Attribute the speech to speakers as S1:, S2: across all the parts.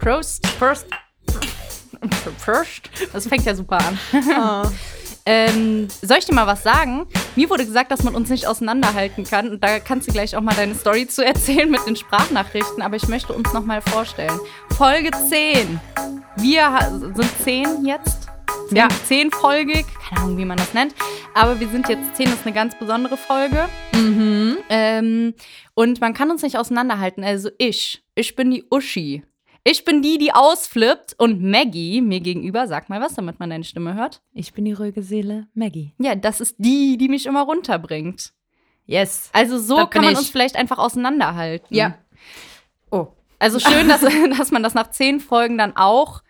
S1: Prost, Prost, Prost. Das fängt ja super an.
S2: Ah.
S1: Ähm, soll ich dir mal was sagen? Mir wurde gesagt, dass man uns nicht auseinanderhalten kann. Und da kannst du gleich auch mal deine Story zu erzählen mit den Sprachnachrichten. Aber ich möchte uns noch mal vorstellen. Folge 10. Wir ha- sind 10 jetzt. Ja, zehnfolgig, keine Ahnung, wie man das nennt. Aber wir sind jetzt zehn, ist eine ganz besondere Folge. Ähm, und man kann uns nicht auseinanderhalten. Also ich, ich bin die Uschi. Ich bin die, die ausflippt. Und Maggie mir gegenüber, sag mal was, damit man deine Stimme hört.
S2: Ich bin die ruhige Seele, Maggie.
S1: Ja, das ist die, die mich immer runterbringt.
S2: Yes. Mhm.
S1: Also so
S2: Das bin
S1: kann man
S2: ich.
S1: uns vielleicht einfach auseinanderhalten.
S2: Ja.
S1: Oh. Also schön, dass, dass man das nach zehn Folgen dann auch,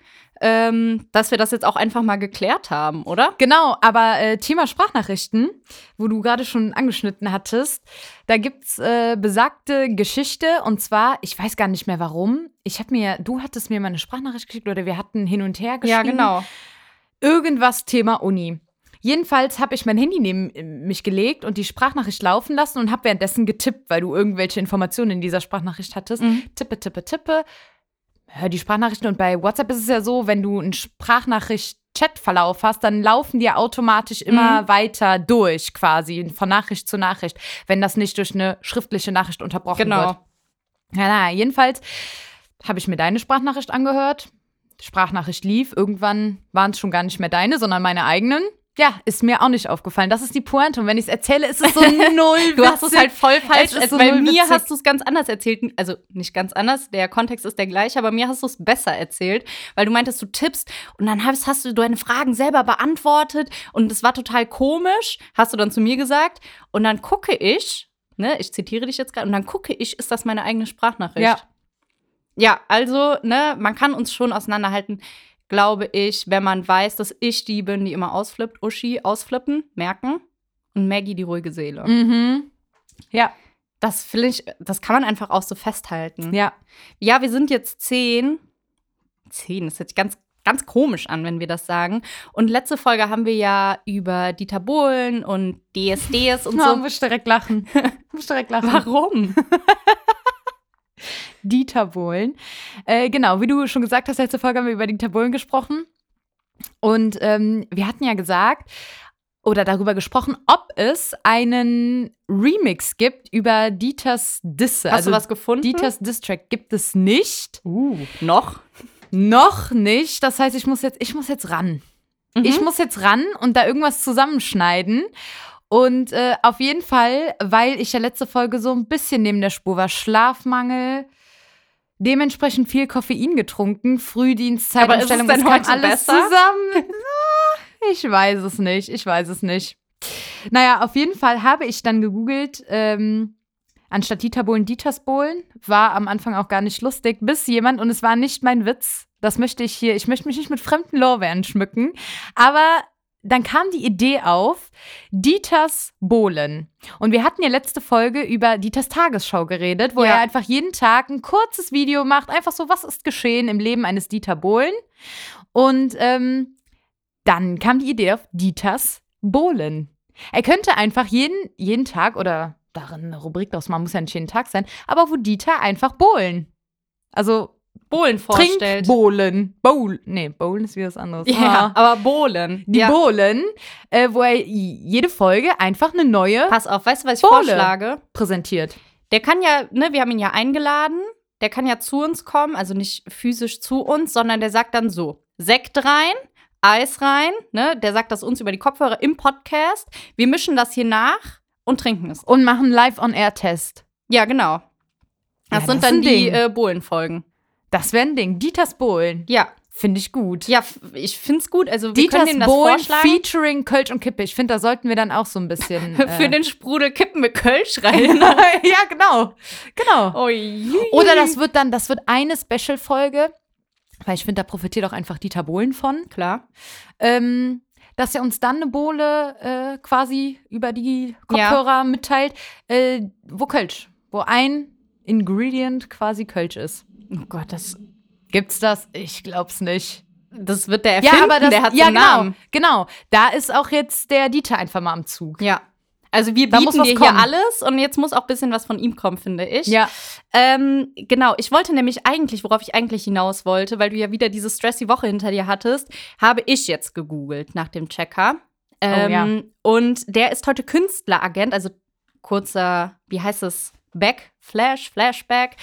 S1: ähm, dass wir das jetzt auch einfach mal geklärt haben, oder?
S2: Genau, aber äh, Thema Sprachnachrichten, wo du gerade schon angeschnitten hattest, da gibt's äh, besagte Geschichte und zwar, ich weiß gar nicht mehr warum. Ich habe mir, du hattest mir mal eine Sprachnachricht geschickt oder wir hatten hin und her geschrieben.
S1: Ja, genau.
S2: Irgendwas Thema Uni. Jedenfalls habe ich mein Handy neben äh, mich gelegt und die Sprachnachricht laufen lassen und habe währenddessen getippt, weil du irgendwelche Informationen in dieser Sprachnachricht hattest.
S1: Mhm.
S2: Tippe, tippe, tippe. Hör die Sprachnachrichten und bei WhatsApp ist es ja so, wenn du einen Sprachnachricht-Chat-Verlauf hast, dann laufen die automatisch
S1: Mhm.
S2: immer weiter durch quasi, von Nachricht zu Nachricht, wenn das nicht durch eine schriftliche Nachricht unterbrochen wird.
S1: Genau.
S2: Ja, na, jedenfalls habe ich mir deine Sprachnachricht angehört. Die Sprachnachricht lief. Irgendwann waren es schon gar nicht mehr deine, sondern meine eigenen. Ja, ist mir auch nicht aufgefallen. Das ist die Pointe. Und wenn ich es erzähle, ist es so null.
S1: Du hast es
S2: witzig.
S1: halt voll falsch.
S2: Es ist so
S1: bei
S2: null
S1: mir
S2: witzig.
S1: hast du es ganz anders erzählt. Also nicht ganz anders, der Kontext ist der gleiche, aber mir hast du es besser erzählt, weil du meintest, du tippst und dann hast, hast du deine Fragen selber beantwortet und es war total komisch, hast du dann zu mir gesagt. Und dann gucke ich, ne, ich zitiere dich jetzt gerade, und dann gucke ich, ist das meine eigene Sprachnachricht?
S2: Ja.
S1: Ja, also, ne, man kann uns schon auseinanderhalten, glaube ich, wenn man weiß, dass ich die bin, die immer ausflippt, Uschi ausflippen, merken und Maggie die ruhige Seele.
S2: Mhm. Ja,
S1: Das finde ich, das kann man einfach auch so festhalten.
S2: ja.
S1: Ja, wir sind jetzt zehn. Zehn, das hört sich ganz, ganz komisch an, wenn wir das sagen. Und letzte Folge haben wir ja über Dieter Bohlen und DSDs und
S2: Na,
S1: so.
S2: musst direkt lachen. musst direkt lachen.
S1: Warum?
S2: Dieter Bohlen. Äh, genau, wie du schon gesagt hast, letzte Folge haben wir über Dieter Bohlen gesprochen. Und ähm, wir hatten ja gesagt oder darüber gesprochen, ob es einen Remix gibt über Dieters Disse. Also
S1: Hast du was gefunden?
S2: Dieters Distrack gibt es nicht.
S1: Uh, noch?
S2: Noch nicht. Das heißt, ich muss jetzt, ich muss jetzt ran.
S1: Mhm.
S2: Ich muss jetzt ran und da irgendwas zusammenschneiden. Und äh, auf jeden Fall, weil ich ja letzte Folge so ein bisschen neben der Spur war, Schlafmangel, dementsprechend viel Koffein getrunken, Frühdienstzeit,
S1: Aber ist es
S2: Umstellung,
S1: denn
S2: kam
S1: heute
S2: alles
S1: besser?
S2: zusammen. Ich weiß es nicht, ich weiß es nicht. Naja, auf jeden Fall habe ich dann gegoogelt, ähm, anstatt Dieter Bohlen, Dieters Bohlen, war am Anfang auch gar nicht lustig, bis jemand, und es war nicht mein Witz, das möchte ich hier, ich möchte mich nicht mit fremden Lorbeeren schmücken, aber dann kam die Idee auf, Dieters Bohlen. Und wir hatten ja letzte Folge über Dieters Tagesschau geredet, wo
S1: Ja.
S2: er einfach jeden Tag ein kurzes Video macht, einfach so, was ist geschehen im Leben eines Dieter Bohlen. Und ähm, dann kam die Idee auf Dieters Bohlen. Er könnte einfach jeden, jeden Tag oder darin eine Rubrik draus machen, muss ja nicht jeden Tag sein, aber wo Dieter einfach Bohlen. Also
S1: Bohlen vorstellt.
S2: Trinkbohlen. Bowl. Nee, Bohlen ist wieder was anderes.
S1: ja,
S2: Ah.
S1: aber Bohlen.
S2: Die
S1: ja.
S2: Bohlen, äh, wo er j- jede Folge einfach eine neue
S1: Pass auf, weißt du, was ich
S2: Bohle.
S1: vorschlage?
S2: präsentiert.
S1: Der kann ja, ne, wir haben ihn ja eingeladen. Der kann ja zu uns kommen, also nicht physisch zu uns, sondern der sagt dann so: Sekt rein, Eis rein, ne? Der sagt das uns über die Kopfhörer im Podcast. Wir mischen das hier nach und trinken es.
S2: Und machen Live-on-Air-Test.
S1: Ja, genau. Das
S2: Ja,
S1: sind
S2: das ist
S1: dann
S2: ein
S1: die
S2: Ding.
S1: äh, Bohlenfolgen.
S2: Das wäre ein Ding. Dieters Bohlen.
S1: Ja,
S2: Finde ich gut.
S1: ja, f- ich find's gut. Also wir können
S2: Dieters
S1: dem das
S2: Bohlen
S1: vorschlagen.
S2: featuring Kölsch und Kippe. Ich finde, da sollten wir dann auch so ein bisschen. Äh,
S1: Für den Sprudel kippen wir Kölsch rein.
S2: ja, genau. Genau.
S1: Ui.
S2: Oder das wird dann, das wird eine Special-Folge, weil ich finde, da profitiert auch einfach Dieter Bohlen von,
S1: klar.
S2: ähm, dass er uns dann eine Bohle äh, quasi über die
S1: Ja.
S2: Kopfhörer mitteilt, äh, wo Kölsch, wo ein Ingredient quasi Kölsch ist.
S1: Oh Gott, das,
S2: Gibt's das? Ich glaub's nicht.
S1: das wird der Erfinden, der hat
S2: ja,
S1: einen
S2: genau,
S1: Namen.
S2: genau. Da ist auch jetzt der Dieter einfach mal am Zug.
S1: Ja. Also wir
S2: Da
S1: bieten
S2: muss
S1: dir
S2: was
S1: hier
S2: kommen.
S1: alles und jetzt muss auch ein bisschen was von ihm kommen, finde ich.
S2: Ja.
S1: Ähm, genau, ich wollte nämlich eigentlich, worauf ich eigentlich hinaus wollte, weil du ja wieder diese stressy Woche hinter dir hattest, habe ich jetzt gegoogelt nach dem Checker. Ähm,
S2: Oh, ja.
S1: Und der ist heute Künstleragent, also kurzer, wie heißt es? Back, Flash, Flashback.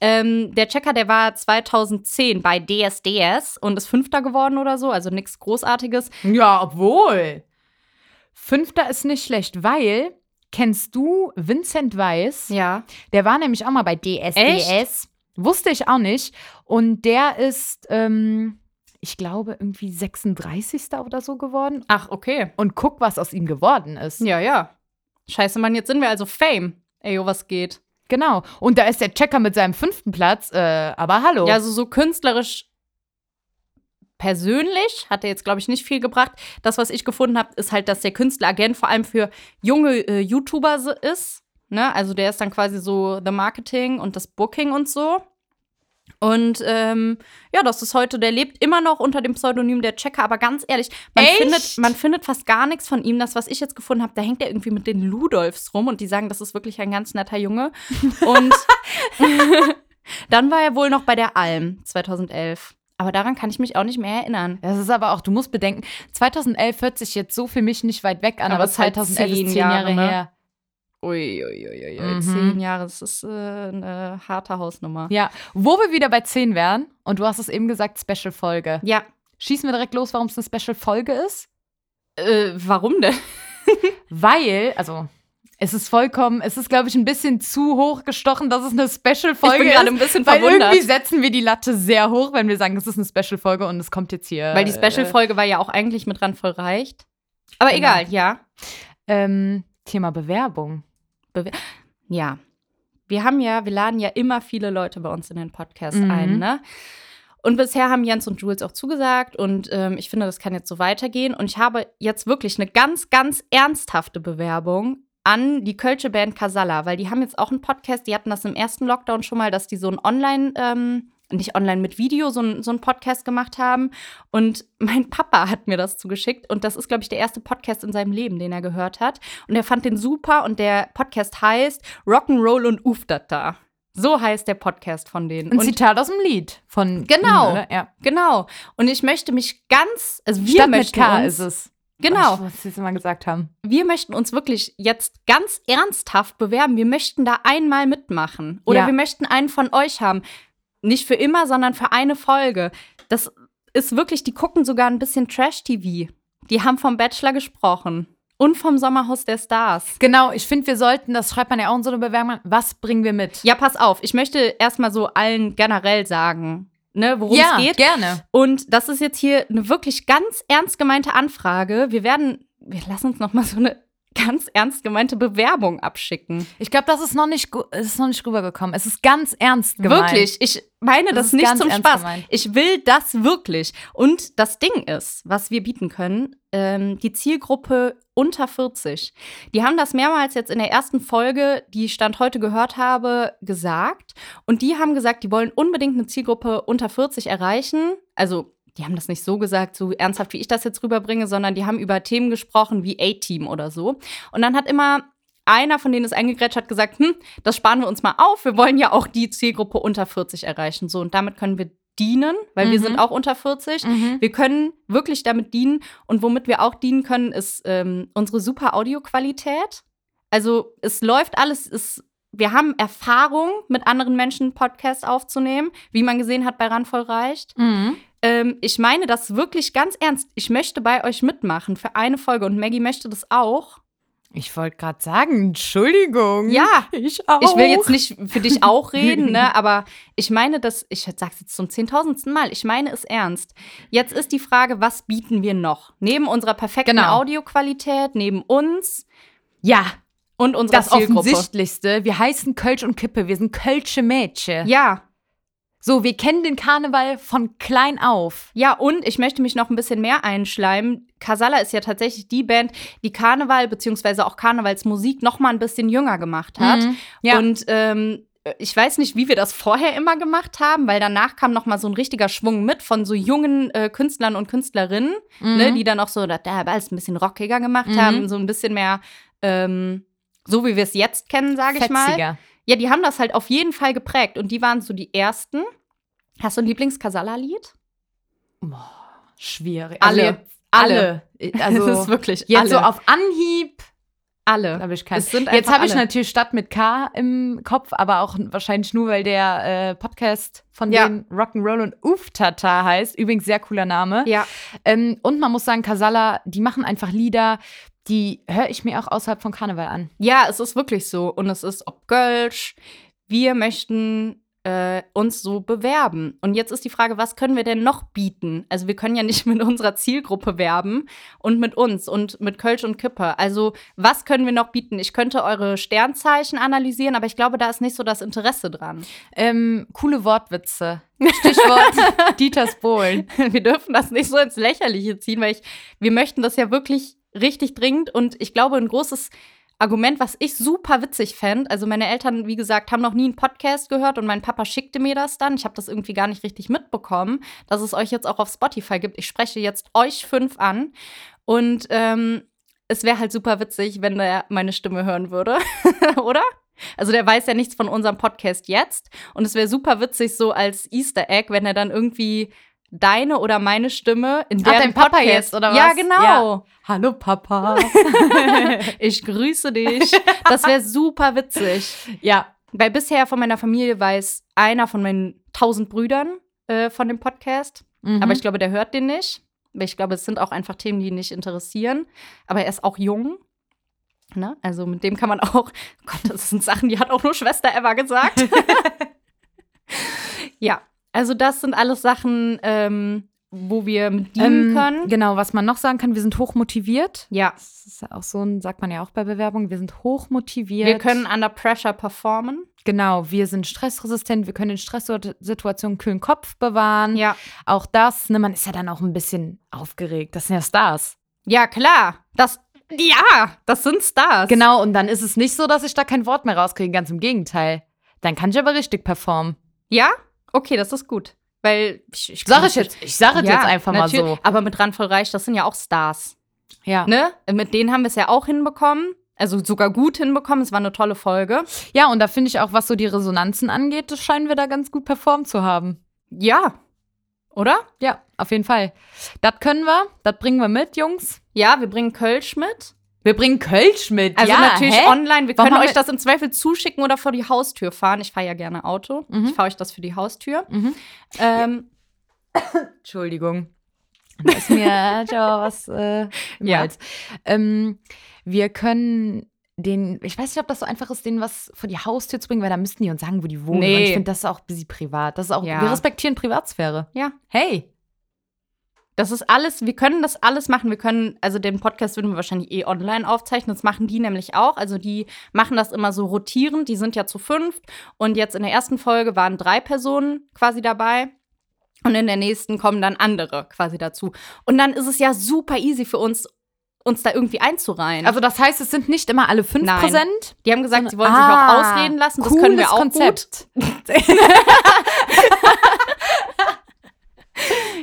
S1: Ähm, der Checker, der war 2010 bei DSDS und ist Fünfter geworden oder so, also nichts Großartiges.
S2: Ja, obwohl. Fünfter ist nicht schlecht, weil kennst du Vincent Weiss?
S1: Ja.
S2: Der war nämlich auch mal bei DSDS. Wusste ich auch nicht. Und der ist, ähm, ich glaube, irgendwie 36. oder so geworden.
S1: Ach, okay.
S2: Und guck, was aus ihm geworden ist.
S1: Ja, ja. Scheiße, Mann, jetzt sind wir also Fame. Ey, jo, was geht?
S2: Genau. Und da ist der Checker mit seinem fünften Platz. Äh, aber hallo.
S1: Ja, also so künstlerisch persönlich hat er jetzt, glaube ich, nicht viel gebracht. Das, was ich gefunden habe, ist halt, dass der Künstleragent vor allem für junge äh, YouTuber so ist. Ne? Also der ist dann quasi so the Marketing und das Booking und so. Und ähm, ja, das ist heute, der lebt immer noch unter dem Pseudonym der Checker, aber ganz ehrlich, man,
S2: Echt?
S1: findet, man findet fast gar nichts von ihm. Das, was ich jetzt gefunden habe, da hängt er irgendwie mit den Ludolfs rum und die sagen, das ist wirklich ein ganz netter Junge. Und dann war er wohl noch bei der Alm 2011. Aber daran kann ich mich auch nicht mehr erinnern.
S2: das ist aber auch, du musst bedenken, 2011 hört sich jetzt so für mich nicht weit weg an,
S1: Aber
S2: aber,
S1: es ist halt
S2: 2011
S1: zehn
S2: ist zehn
S1: Jahre,
S2: Jahre,
S1: ne?
S2: her.
S1: Uiuiuiui,
S2: Mhm.
S1: zehn Jahre, das ist äh, eine harte Hausnummer.
S2: Ja, wo wir wieder bei 10 wären, und du hast es eben gesagt, Special-Folge.
S1: Ja,
S2: Schießen wir direkt los, warum es eine Special-Folge ist?
S1: äh, warum denn?
S2: Weil, also, es ist vollkommen, es ist, glaube ich, ein bisschen zu hoch gestochen, dass es eine
S1: ich bin
S2: Special-Folge
S1: gerade
S2: ist.
S1: ein bisschen
S2: Weil irgendwie
S1: verwundert.
S2: setzen wir die Latte sehr hoch, wenn wir sagen, es ist eine Special-Folge und es kommt jetzt hier.
S1: Weil die
S2: äh,
S1: Special-Folge war ja auch eigentlich mit dran voll reicht. Aber
S2: Genau.
S1: egal, ja.
S2: Ähm, Thema Bewerbung.
S1: Ja. Wir haben ja, wir laden ja immer viele Leute bei uns in den Podcast
S2: Mhm.
S1: ein, ne? Und bisher haben Jens und Jules auch zugesagt und ähm, ich finde, das kann jetzt so weitergehen. Und ich habe jetzt wirklich eine ganz, ganz ernsthafte Bewerbung an die Kölsche Band Casala, weil die haben jetzt auch einen Podcast, die hatten das im ersten Lockdown schon mal, dass die so ein Online, ähm, nicht online mit Video, so ein, so ein Podcast gemacht haben. Und mein Papa hat mir das zugeschickt und das ist, glaube ich, der erste Podcast in seinem Leben, den er gehört hat. Und er fand den super und der Podcast heißt Rock'n'Roll und Ufdata. So heißt der Podcast von denen.
S2: Ein Zitat aus dem Lied von.
S1: Genau.
S2: ihm, oder? Ja.
S1: Genau. Und ich möchte mich ganz, also wir
S2: Statt mit
S1: möchten
S2: K
S1: uns,
S2: ist es. Oh,
S1: genau,
S2: Ich muss es jetzt mal gesagt haben.
S1: wir möchten uns wirklich jetzt ganz ernsthaft bewerben. Wir möchten da einmal mitmachen oder
S2: Ja.
S1: wir möchten einen von euch haben, nicht für immer, sondern für eine Folge. Das ist wirklich, die gucken sogar ein bisschen Trash-TV. Die haben vom Bachelor gesprochen und vom Sommerhaus der Stars.
S2: Genau, ich finde, wir sollten, das schreibt man ja auch in so eine Bewerbung, was bringen wir mit?
S1: Ja, pass auf, ich möchte erstmal so allen generell sagen, ne, worum es geht.
S2: gerne.
S1: Und das ist jetzt hier eine wirklich ganz ernst gemeinte Anfrage. Wir werden, wir lassen uns noch mal so eine ganz ernst gemeinte Bewerbung abschicken.
S2: Ich glaube, das ist noch nicht, gu- es ist noch nicht rübergekommen. Es ist ganz ernst gemeint.
S1: Wirklich, ich meine das,
S2: ist
S1: nicht
S2: ganz
S1: zum
S2: ernst
S1: Spaß.
S2: gemeint.
S1: Ich will das wirklich. Und das Ding ist, was wir bieten können, ähm, die Zielgruppe unter 40. Die haben das mehrmals jetzt in der ersten Folge, die ich Stand heute gehört habe, gesagt. Und die haben gesagt, die wollen unbedingt eine Zielgruppe unter 40 erreichen. Also die haben das nicht so gesagt, so ernsthaft, wie ich das jetzt rüberbringe, sondern die haben über Themen gesprochen wie A-Team oder so. Und dann hat immer einer von denen es eingegrätscht hat, gesagt, hm, das sparen wir uns mal auf. Wir wollen ja auch die Zielgruppe unter 40 erreichen. So, und damit können wir dienen, weil wir
S2: Mhm.
S1: sind auch unter 40.
S2: Mhm.
S1: Wir können wirklich damit dienen. Und womit wir auch dienen können, ist ähm, unsere super Audioqualität. Also es läuft alles, es, wir haben Erfahrung, mit anderen Menschen Podcasts aufzunehmen, wie man gesehen hat bei Randvoll Reicht.
S2: Mhm.
S1: Ähm, ich meine das wirklich ganz ernst. Ich möchte bei euch mitmachen für eine Folge und Maggie möchte das auch.
S2: Ich wollte gerade sagen, Entschuldigung.
S1: Ja.
S2: ich auch.
S1: Ich will jetzt nicht für dich auch reden, ne? aber ich meine das, ich sag's jetzt zum zehntausendsten Mal, ich meine es ernst. Jetzt ist die Frage, was bieten wir noch? Neben unserer perfekten
S2: Genau.
S1: Audioqualität, neben uns
S2: Ja,
S1: und unserer
S2: das
S1: Zielgruppe.
S2: Offensichtlichste. Wir heißen Kölsch und Kippe. Wir sind Kölsche Mädchen.
S1: Ja,
S2: So, wir kennen den Karneval von klein auf.
S1: ja, und ich möchte mich noch ein bisschen mehr einschleimen. Casala ist ja tatsächlich die Band, die Karneval bzw. auch Karnevalsmusik noch mal ein bisschen jünger gemacht hat.
S2: Mhm. Ja.
S1: Und ähm, ich weiß nicht, wie wir das vorher immer gemacht haben, weil danach kam noch mal so ein richtiger Schwung mit von so jungen äh, Künstlern und Künstlerinnen,
S2: Mhm.
S1: ne, die dann auch so da, da alles ein bisschen rockiger gemacht
S2: Mhm.
S1: haben, so ein bisschen mehr ähm, so wie wir es jetzt kennen, sage ich mal.
S2: Fetziger.
S1: Ja, die haben das halt auf jeden Fall geprägt und die waren so die ersten. Hast du ein Lieblings-Kasala-Lied?
S2: Boah, schwierig.
S1: Alle.
S2: Also jetzt- alle. Also
S1: das ist wirklich
S2: jetzt
S1: alle.
S2: so auf Anhieb
S1: alle.
S2: habe ich keinen.
S1: Es sind
S2: Jetzt
S1: einfach
S2: habe ich
S1: alle.
S2: natürlich Stadt mit K im Kopf, aber auch wahrscheinlich nur, weil der äh, Podcast von
S1: Ja.
S2: denen Rock'n'Roll und Uftata heißt. Übrigens sehr cooler Name.
S1: Ja,
S2: Ähm, und man muss sagen, Casala, die machen einfach Lieder, die höre ich mir auch außerhalb von Karneval an.
S1: ja, es ist wirklich so. Und es ist ob Gölsch. Wir möchten äh, uns so bewerben. Und jetzt ist die Frage, was können wir denn noch bieten? Also wir können ja nicht mit unserer Zielgruppe werben und mit uns und mit Kölsch und Kipper. Also was können wir noch bieten? Ich könnte eure Sternzeichen analysieren, aber ich glaube, da ist nicht so das Interesse dran.
S2: Ähm, coole Wortwitze. Stichwort Dieters Bohlen.
S1: wir dürfen das nicht so ins Lächerliche ziehen, weil ich, wir möchten das ja wirklich richtig dringend und ich glaube, ein großes Argument, was ich super witzig fände, also meine Eltern, wie gesagt, haben noch nie einen Podcast gehört und mein Papa schickte mir das dann. Ich habe das irgendwie gar nicht richtig mitbekommen, dass es euch jetzt auch auf Spotify gibt. Ich spreche jetzt euch fünf an und ähm, es wäre halt super witzig, wenn der meine Stimme hören würde, oder? Also der weiß ja nichts von unserem Podcast jetzt und es wäre super witzig so als Easter Egg, wenn er dann irgendwie deine oder meine Stimme in
S2: Ach,
S1: deren
S2: dein Papa
S1: Podcast
S2: jetzt, oder
S1: Ja,
S2: was?
S1: genau.
S2: Hallo Papa.
S1: Ich grüße dich. Das wäre super witzig.
S2: ja.
S1: Weil bisher von meiner Familie weiß einer von meinen tausend Brüdern äh, von dem Podcast.
S2: Mhm.
S1: Aber ich glaube, der hört den nicht. Weil ich glaube, es sind auch einfach Themen, die ihn nicht interessieren. Aber er ist auch jung. Ne? Also mit dem kann man auch, Gott, das sind Sachen, die hat auch nur Schwester Eva gesagt. ja, also das sind alles Sachen, ähm, wo wir mit dienen
S2: ähm,
S1: können.
S2: Genau, was man noch sagen kann, wir sind hochmotiviert.
S1: Ja,
S2: Das ist ja auch so ein, sagt man ja auch bei Bewerbungen, wir sind hochmotiviert.
S1: wir können under pressure performen.
S2: Genau, wir sind stressresistent, wir können in Stresssituationen kühlen Kopf bewahren.
S1: Ja.
S2: Auch das, ne, man ist ja dann auch ein bisschen aufgeregt. Das sind ja Stars.
S1: Ja, klar. Das, ja, das sind Stars.
S2: Genau, und dann ist es nicht so, dass ich da kein Wort mehr rauskriege, ganz im Gegenteil. Dann kann ich aber richtig performen.
S1: Ja? Okay, das ist gut. Weil ich, ich
S2: Sag ich jetzt, ich sage es jetzt einfach mal so.
S1: Aber mit Randvoll Reich, das sind ja auch Stars.
S2: Ja.
S1: Ne? Mit denen haben wir es ja auch hinbekommen. Also sogar gut hinbekommen. Es war eine tolle Folge.
S2: ja, und da finde ich auch, was so die Resonanzen angeht, das scheinen wir da ganz gut performt zu haben.
S1: Ja. Oder?
S2: Ja, auf jeden Fall. Das können wir, das bringen wir mit, Jungs.
S1: Ja, wir bringen Kölsch mit.
S2: Wir bringen Kölsch mit.
S1: Also
S2: ja,
S1: natürlich
S2: hä?
S1: online. Wir
S2: Warum
S1: können
S2: haben
S1: euch
S2: wir-
S1: das im Zweifel zuschicken oder vor die Haustür fahren. Ich fahre ja gerne Auto.
S2: Mhm.
S1: Ich fahre euch das für die Haustür.
S2: Mhm.
S1: Ähm,
S2: Entschuldigung. Da ist mir ja was äh, im
S1: Ja.
S2: Hals. Ähm, wir können den, ich weiß nicht, ob das so einfach ist, denen was vor die Haustür zu bringen, weil da müssten die uns sagen, wo die wohnen.
S1: Nee.
S2: Und ich finde, das ist auch ein bisschen privat. Das ist auch,
S1: Ja.
S2: wir respektieren Privatsphäre.
S1: Ja.
S2: Hey.
S1: Das ist alles, wir können das alles machen. Wir können, also den Podcast würden wir wahrscheinlich eh online aufzeichnen. Das machen die nämlich auch. Also die machen das immer so rotierend. Die sind ja zu fünf. Und jetzt in der ersten Folge waren drei Personen quasi dabei. Und in der nächsten kommen dann andere quasi dazu. Und dann ist es ja super easy für uns, uns da irgendwie einzureihen.
S2: Also das heißt, es sind nicht immer alle fünf
S1: Nein.
S2: präsent.
S1: die haben gesagt, sie wollen
S2: Ah,
S1: sich auch ausreden lassen. Das
S2: cooles
S1: können wir auch gut.
S2: Konzept.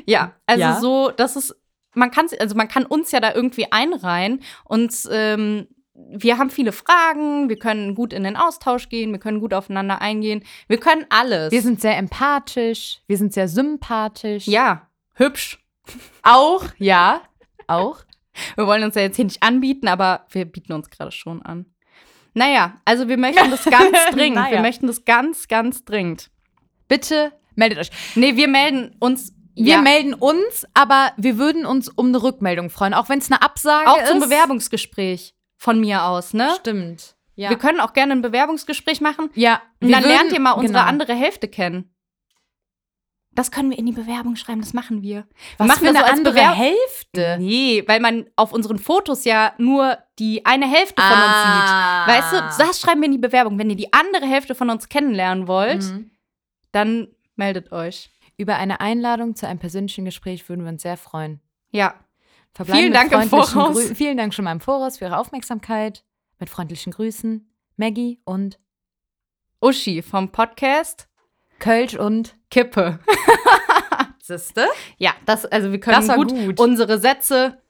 S1: Ja, also
S2: Ja.
S1: so, das ist, man kann, also man kann uns ja da irgendwie einreihen und ähm, wir haben viele Fragen, wir können gut in den Austausch gehen, wir können gut aufeinander eingehen, wir können alles.
S2: Wir sind sehr empathisch, wir sind sehr sympathisch.
S1: ja hübsch.
S2: Auch, ja, auch.
S1: Wir wollen uns ja jetzt hier nicht anbieten, aber wir bieten uns gerade schon an. Naja, also wir möchten das ganz dringend.
S2: Naja.
S1: Wir möchten das ganz, ganz dringend.
S2: Bitte meldet euch.
S1: Nee, wir melden uns.
S2: Wir
S1: ja,
S2: melden uns, aber wir würden uns um eine Rückmeldung freuen, auch wenn es eine Absage
S1: auch
S2: ist.
S1: zum Bewerbungsgespräch von mir aus, ne?
S2: Stimmt. Ja.
S1: Wir können auch gerne ein Bewerbungsgespräch machen.
S2: ja.
S1: Und
S2: wir
S1: dann
S2: würden-
S1: lernt ihr mal unsere
S2: genau.
S1: andere Hälfte kennen. Das können wir in die Bewerbung schreiben, das machen wir.
S2: Was
S1: machen
S2: für
S1: wir
S2: eine
S1: so als
S2: andere
S1: Bewerb-
S2: Hälfte?
S1: Nee, weil man auf unseren Fotos ja nur die eine Hälfte von
S2: Ah.
S1: uns sieht. Weißt du, das schreiben wir in die Bewerbung. Wenn ihr die andere Hälfte von uns kennenlernen wollt,
S2: Mhm.
S1: dann meldet euch.
S2: Über eine Einladung zu einem persönlichen Gespräch würden wir uns sehr freuen.
S1: Ja.
S2: Verbleiben
S1: Vielen
S2: mit
S1: Dank im
S2: freundlichen
S1: Voraus.
S2: Grü- Vielen Dank schon mal im Voraus für Ihre Aufmerksamkeit. Mit freundlichen Grüßen, Maggie und
S1: Uschi vom Podcast
S2: Kölsch und
S1: Kippe.
S2: Siste
S1: Ja, das, also wir können
S2: Das war
S1: gut,
S2: gut.
S1: unsere Sätze.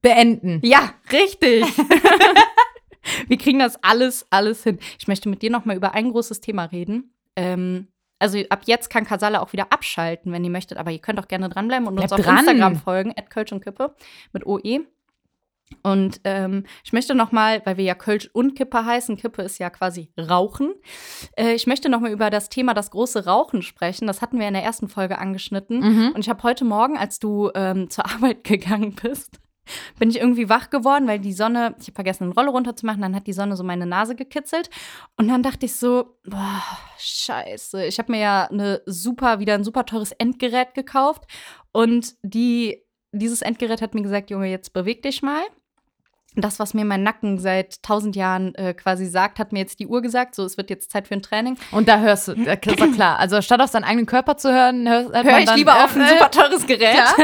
S2: beenden.
S1: Ja, richtig. Wir kriegen das alles, alles hin. Ich möchte mit dir noch mal über ein großes Thema reden. Ähm, also ab jetzt kann Casala auch wieder abschalten, wenn ihr möchtet, aber ihr könnt auch gerne dranbleiben und
S2: Bleibt
S1: uns auf
S2: dran.
S1: Instagram folgen, Kölsch und Kippe mit OE. Und ähm, ich möchte noch mal, weil wir ja Kölsch und Kippe heißen, Kippe ist ja quasi Rauchen. Äh, ich möchte noch mal über das Thema das große Rauchen sprechen. Das hatten wir in der ersten Folge angeschnitten.
S2: Mhm.
S1: Und ich habe heute Morgen, als du ähm, zur Arbeit gegangen bist, bin ich irgendwie wach geworden, weil die Sonne, ich habe vergessen, den Rollo runterzumachen, dann hat die Sonne so meine Nase gekitzelt. Und dann dachte ich so, boah, scheiße. Ich habe mir ja eine super, wieder ein super teures Endgerät gekauft. Und die, dieses Endgerät hat mir gesagt, Junge, jetzt beweg dich mal. Das, was mir mein Nacken seit tausend Jahren äh, quasi sagt, hat mir jetzt die Uhr gesagt. So, es wird jetzt Zeit für ein Training.
S2: Und da hörst du, da ist doch klar. Also statt auf seinen eigenen Körper zu hören, hör, hört
S1: Höre
S2: man
S1: ich
S2: dann,
S1: lieber auf ein
S2: äh,
S1: super teures Gerät.
S2: klar.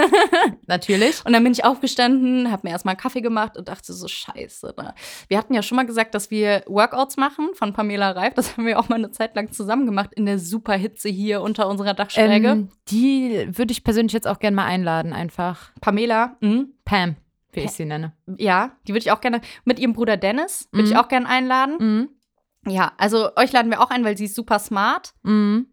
S2: Natürlich.
S1: Und dann bin ich aufgestanden, habe mir erstmal einen Kaffee gemacht und dachte so, scheiße. Ne? Wir hatten ja schon mal gesagt, dass wir Workouts machen von Pamela Reif. Das haben wir auch mal eine Zeit lang zusammen gemacht in der Superhitze hier unter unserer Dachschräge.
S2: Ähm, die würde ich persönlich jetzt auch gerne mal einladen, einfach.
S1: Pamela, mhm.
S2: Pam, wie ich sie nenne.
S1: ja, die würde ich auch gerne mit ihrem Bruder Dennis, würde ich
S2: Mhm.
S1: auch gerne einladen.
S2: Mhm.
S1: Ja, also euch laden wir auch ein, weil sie ist super smart.
S2: Mhm.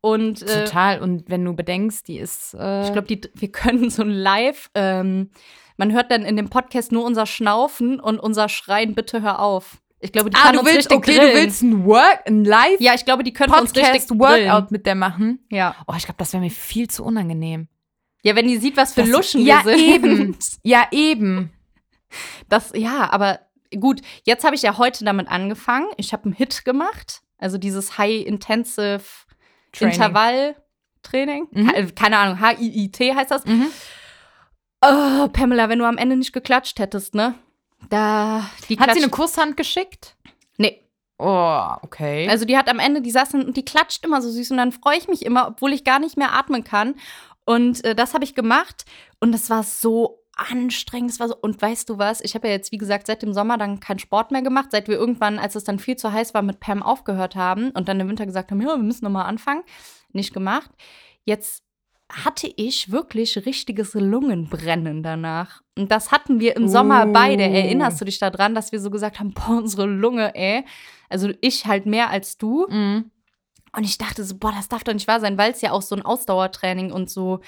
S1: Und äh,
S2: Total. Und wenn du bedenkst, die ist. Äh,
S1: ich glaube, die- wir können so ein Live, ähm, man hört dann in dem Podcast nur unser Schnaufen und unser Schreien, bitte hör auf. Ich glaube, die
S2: ah,
S1: kann
S2: du
S1: uns
S2: willst,
S1: richtig
S2: okay,
S1: grillen.
S2: du willst ein Work, ein Live
S1: Ja, ich glaube, die könnte uns richtig
S2: Podcast Workout
S1: grillen.
S2: mit der machen.
S1: Ja.
S2: Oh, ich glaube, das wäre mir viel zu unangenehm.
S1: ja, wenn die sieht, was für
S2: Das-
S1: Luschen
S2: ja,
S1: wir sind.
S2: eben. Ja, eben.
S1: Das, ja, aber gut, jetzt habe ich ja heute damit angefangen. Ich habe einen Hit gemacht, also dieses High-Intensive
S2: Training.
S1: Intervall-Training.
S2: Mhm.
S1: Ke- Keine Ahnung, HIIT heißt das.
S2: Mhm.
S1: Oh, Pamela, wenn du am Ende nicht geklatscht hättest, ne? Da, die
S2: Hat sie eine
S1: klatscht-
S2: Kusshand geschickt?
S1: Nee.
S2: Oh, okay.
S1: Also die hat am Ende, die saß und die klatscht immer so süß und dann freue ich mich immer, obwohl ich gar nicht mehr atmen kann. Und äh, das habe ich gemacht und das war so anstrengend. Das war so, und weißt du was? Ich habe ja jetzt, wie gesagt, seit dem Sommer dann keinen Sport mehr gemacht, seit wir irgendwann, als es dann viel zu heiß war, mit Pam aufgehört haben und dann im Winter gesagt haben, ja, wir müssen nochmal anfangen. Nicht gemacht. Jetzt hatte ich wirklich richtiges Lungenbrennen danach. Und das hatten wir im Sommer
S2: Oh.
S1: beide. Erinnerst du dich daran, dass wir so gesagt haben, boah, unsere Lunge, ey. Also ich halt mehr als du.
S2: Mhm.
S1: Und ich dachte so, boah, das darf doch nicht wahr sein, weil es ja auch so ein Ausdauertraining und so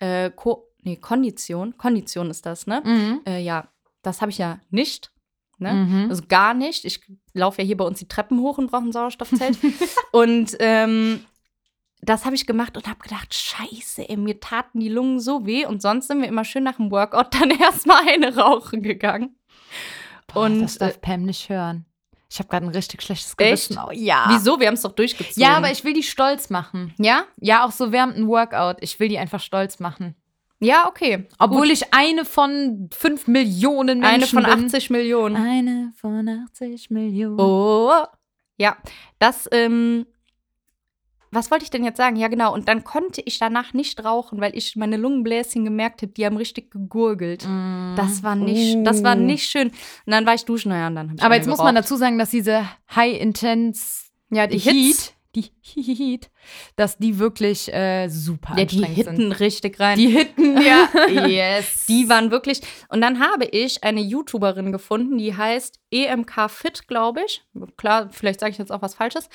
S1: äh, Ko nee, Kondition, Kondition ist das, ne?
S2: Mhm.
S1: Äh, ja, das habe ich ja nicht, ne?
S2: Mhm.
S1: Also gar nicht. Ich laufe ja hier bei uns die Treppen hoch und brauche ein Sauerstoffzelt. und ähm, das habe ich gemacht und habe gedacht, scheiße, ey, mir taten die Lungen so weh. Und sonst sind wir immer schön nach dem Workout dann erstmal eine rauchen gegangen.
S2: Und
S1: Und,
S2: das darf Pam nicht hören. Ich habe gerade ein richtig schlechtes Gewissen.
S1: äh, Echt?
S2: Oh, ja.
S1: Wieso? Wir haben es doch durchgezogen.
S2: Ja, aber ich will die stolz machen.
S1: Ja?
S2: Ja, auch so während einem Workout. Ich will die einfach stolz machen.
S1: Ja, okay.
S2: Obwohl
S1: Gut.
S2: ich eine von fünf Millionen Menschen
S1: eine von
S2: bin.
S1: 80 Millionen.
S2: Eine von 80 Millionen.
S1: Oh, ja, das, ähm, was wollte ich denn jetzt sagen? Ja, genau, und dann konnte ich danach nicht rauchen, weil ich meine Lungenbläschen gemerkt habe, die haben richtig gegurgelt.
S2: Mm.
S1: Das war nicht, das war nicht schön. Und dann war ich duschen, naja, und dann habe ich
S2: Aber
S1: eine
S2: jetzt muss man
S1: geraucht.
S2: dazu sagen, dass diese High-Intense
S1: ja, die Hits,
S2: Heat, die Heat, dass die wirklich äh, super
S1: ja, die
S2: anstrengend sind.
S1: hitten richtig rein.
S2: Die Hitten, ja. yes.
S1: Die waren wirklich. Und dann habe ich eine YouTuberin gefunden, die heißt EMK Fit, glaube ich. Klar, vielleicht sage ich jetzt auch was Falsches.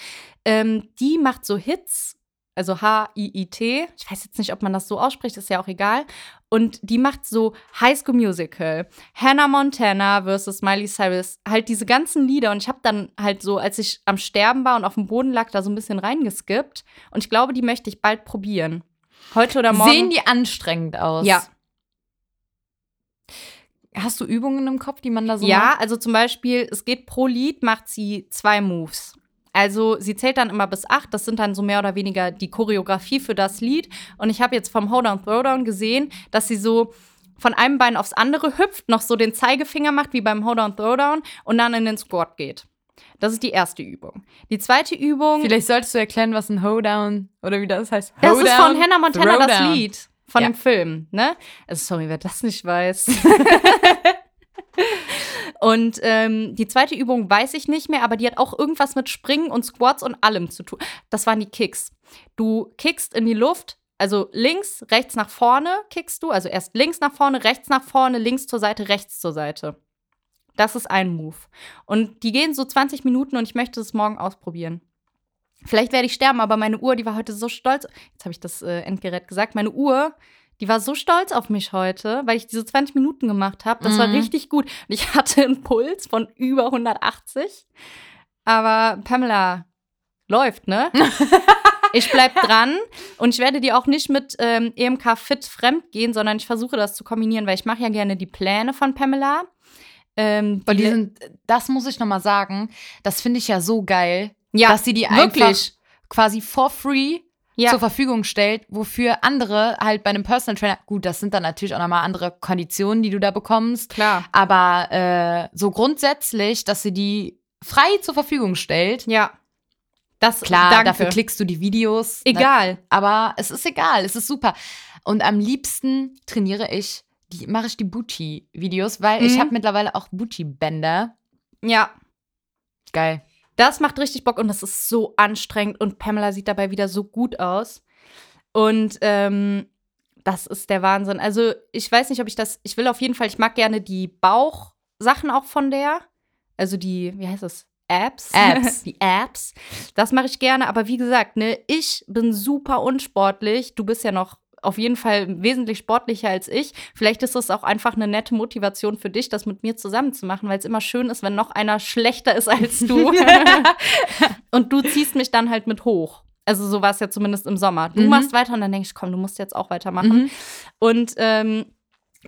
S1: Ähm, die macht so Hits, also H-I-I-T. Ich weiß jetzt nicht, ob man das so ausspricht, ist ja auch egal. Und die macht so High School Musical, Hannah Montana versus Miley Cyrus, halt diese ganzen Lieder. Und ich habe dann halt so, als ich am Sterben war und auf dem Boden lag, da so ein bisschen reingeskippt. Und ich glaube, die möchte ich bald probieren. Heute oder morgen.
S2: Sehen die anstrengend aus?
S1: Ja.
S2: Hast du Übungen im Kopf, die man da so
S1: Ja,
S2: macht?
S1: also zum Beispiel, es geht pro Lied, macht sie zwei Moves. Also sie zählt dann immer bis acht, das sind dann so mehr oder weniger die Choreografie für das Lied. Und ich habe jetzt vom Hoedown Throwdown gesehen, dass sie so von einem Bein aufs andere hüpft, noch so den Zeigefinger macht wie beim Hoedown Throwdown und dann in den Squat geht. Das ist die erste Übung. Die zweite Übung,
S2: Vielleicht solltest du erklären, was ein Hoedown oder wie das heißt.
S1: das ist
S2: Hoedown,
S1: von Hannah Montana das
S2: Throwdown.
S1: Lied von
S2: Ja.
S1: dem Film, ne? Also sorry, wer das nicht weiß. Und ähm, die zweite Übung weiß ich nicht mehr, aber die hat auch irgendwas mit Springen und Squats und allem zu tun. Das waren die Kicks. Du kickst in die Luft, also links, rechts nach vorne kickst du, also erst links nach vorne, rechts nach vorne, links zur Seite, rechts zur Seite. Das ist ein Move. Und die gehen so 20 Minuten und ich möchte es morgen ausprobieren. Vielleicht werde ich sterben, aber meine Uhr, die war heute so stolz. Jetzt habe ich das äh, Endgerät gesagt. Meine Uhr, die war so stolz auf mich heute, weil ich diese 20 Minuten gemacht habe. Das war
S2: Mhm.
S1: richtig gut. Und ich hatte einen Puls von über 180. Aber Pamela läuft, ne? ich bleib dran und ich werde dir auch nicht mit ähm, EMK Fit fremd gehen, sondern ich versuche das zu kombinieren, weil ich mache ja gerne die Pläne von Pamela. Ähm,
S2: Und die sind, das muss ich nochmal sagen, das finde ich ja so geil,
S1: ja,
S2: dass sie die einfach
S1: wirklich.
S2: quasi for free
S1: Ja.
S2: zur Verfügung stellt, wofür andere halt bei einem Personal Trainer, gut, das sind dann natürlich auch nochmal andere Konditionen, die du da bekommst,
S1: Klar.
S2: aber äh, so grundsätzlich, dass sie die frei zur Verfügung stellt.
S1: Ja. Das,
S2: Klar,
S1: danke.
S2: dafür klickst du die Videos.
S1: Egal.
S2: Aber es ist egal, es ist super. Und am liebsten trainiere ich, die, mache ich die Booty-Videos, weil ich
S1: Mhm.
S2: habe mittlerweile auch Booty-Bänder.
S1: Ja.
S2: Geil.
S1: Das macht richtig Bock und das ist so anstrengend und Pamela sieht dabei wieder so gut aus. Und ähm, das ist der Wahnsinn. Also ich weiß nicht, ob ich das, ich will auf jeden Fall, ich mag gerne die Bauchsachen auch von der. Also die, wie heißt das? Apps.
S2: Apps.
S1: die Apps. Das mache ich gerne, aber wie gesagt, ne, ich bin super unsportlich. Du bist ja noch auf jeden Fall wesentlich sportlicher als ich. Vielleicht ist das auch einfach eine nette Motivation für dich, das mit mir zusammen zu machen, weil es immer schön ist, wenn noch einer schlechter ist als du. und du ziehst mich dann halt mit hoch. Also so war es ja zumindest im Sommer. Du
S2: Mhm.
S1: machst weiter und dann denke ich, komm, du musst jetzt auch weitermachen.
S2: Mhm.
S1: Und ähm,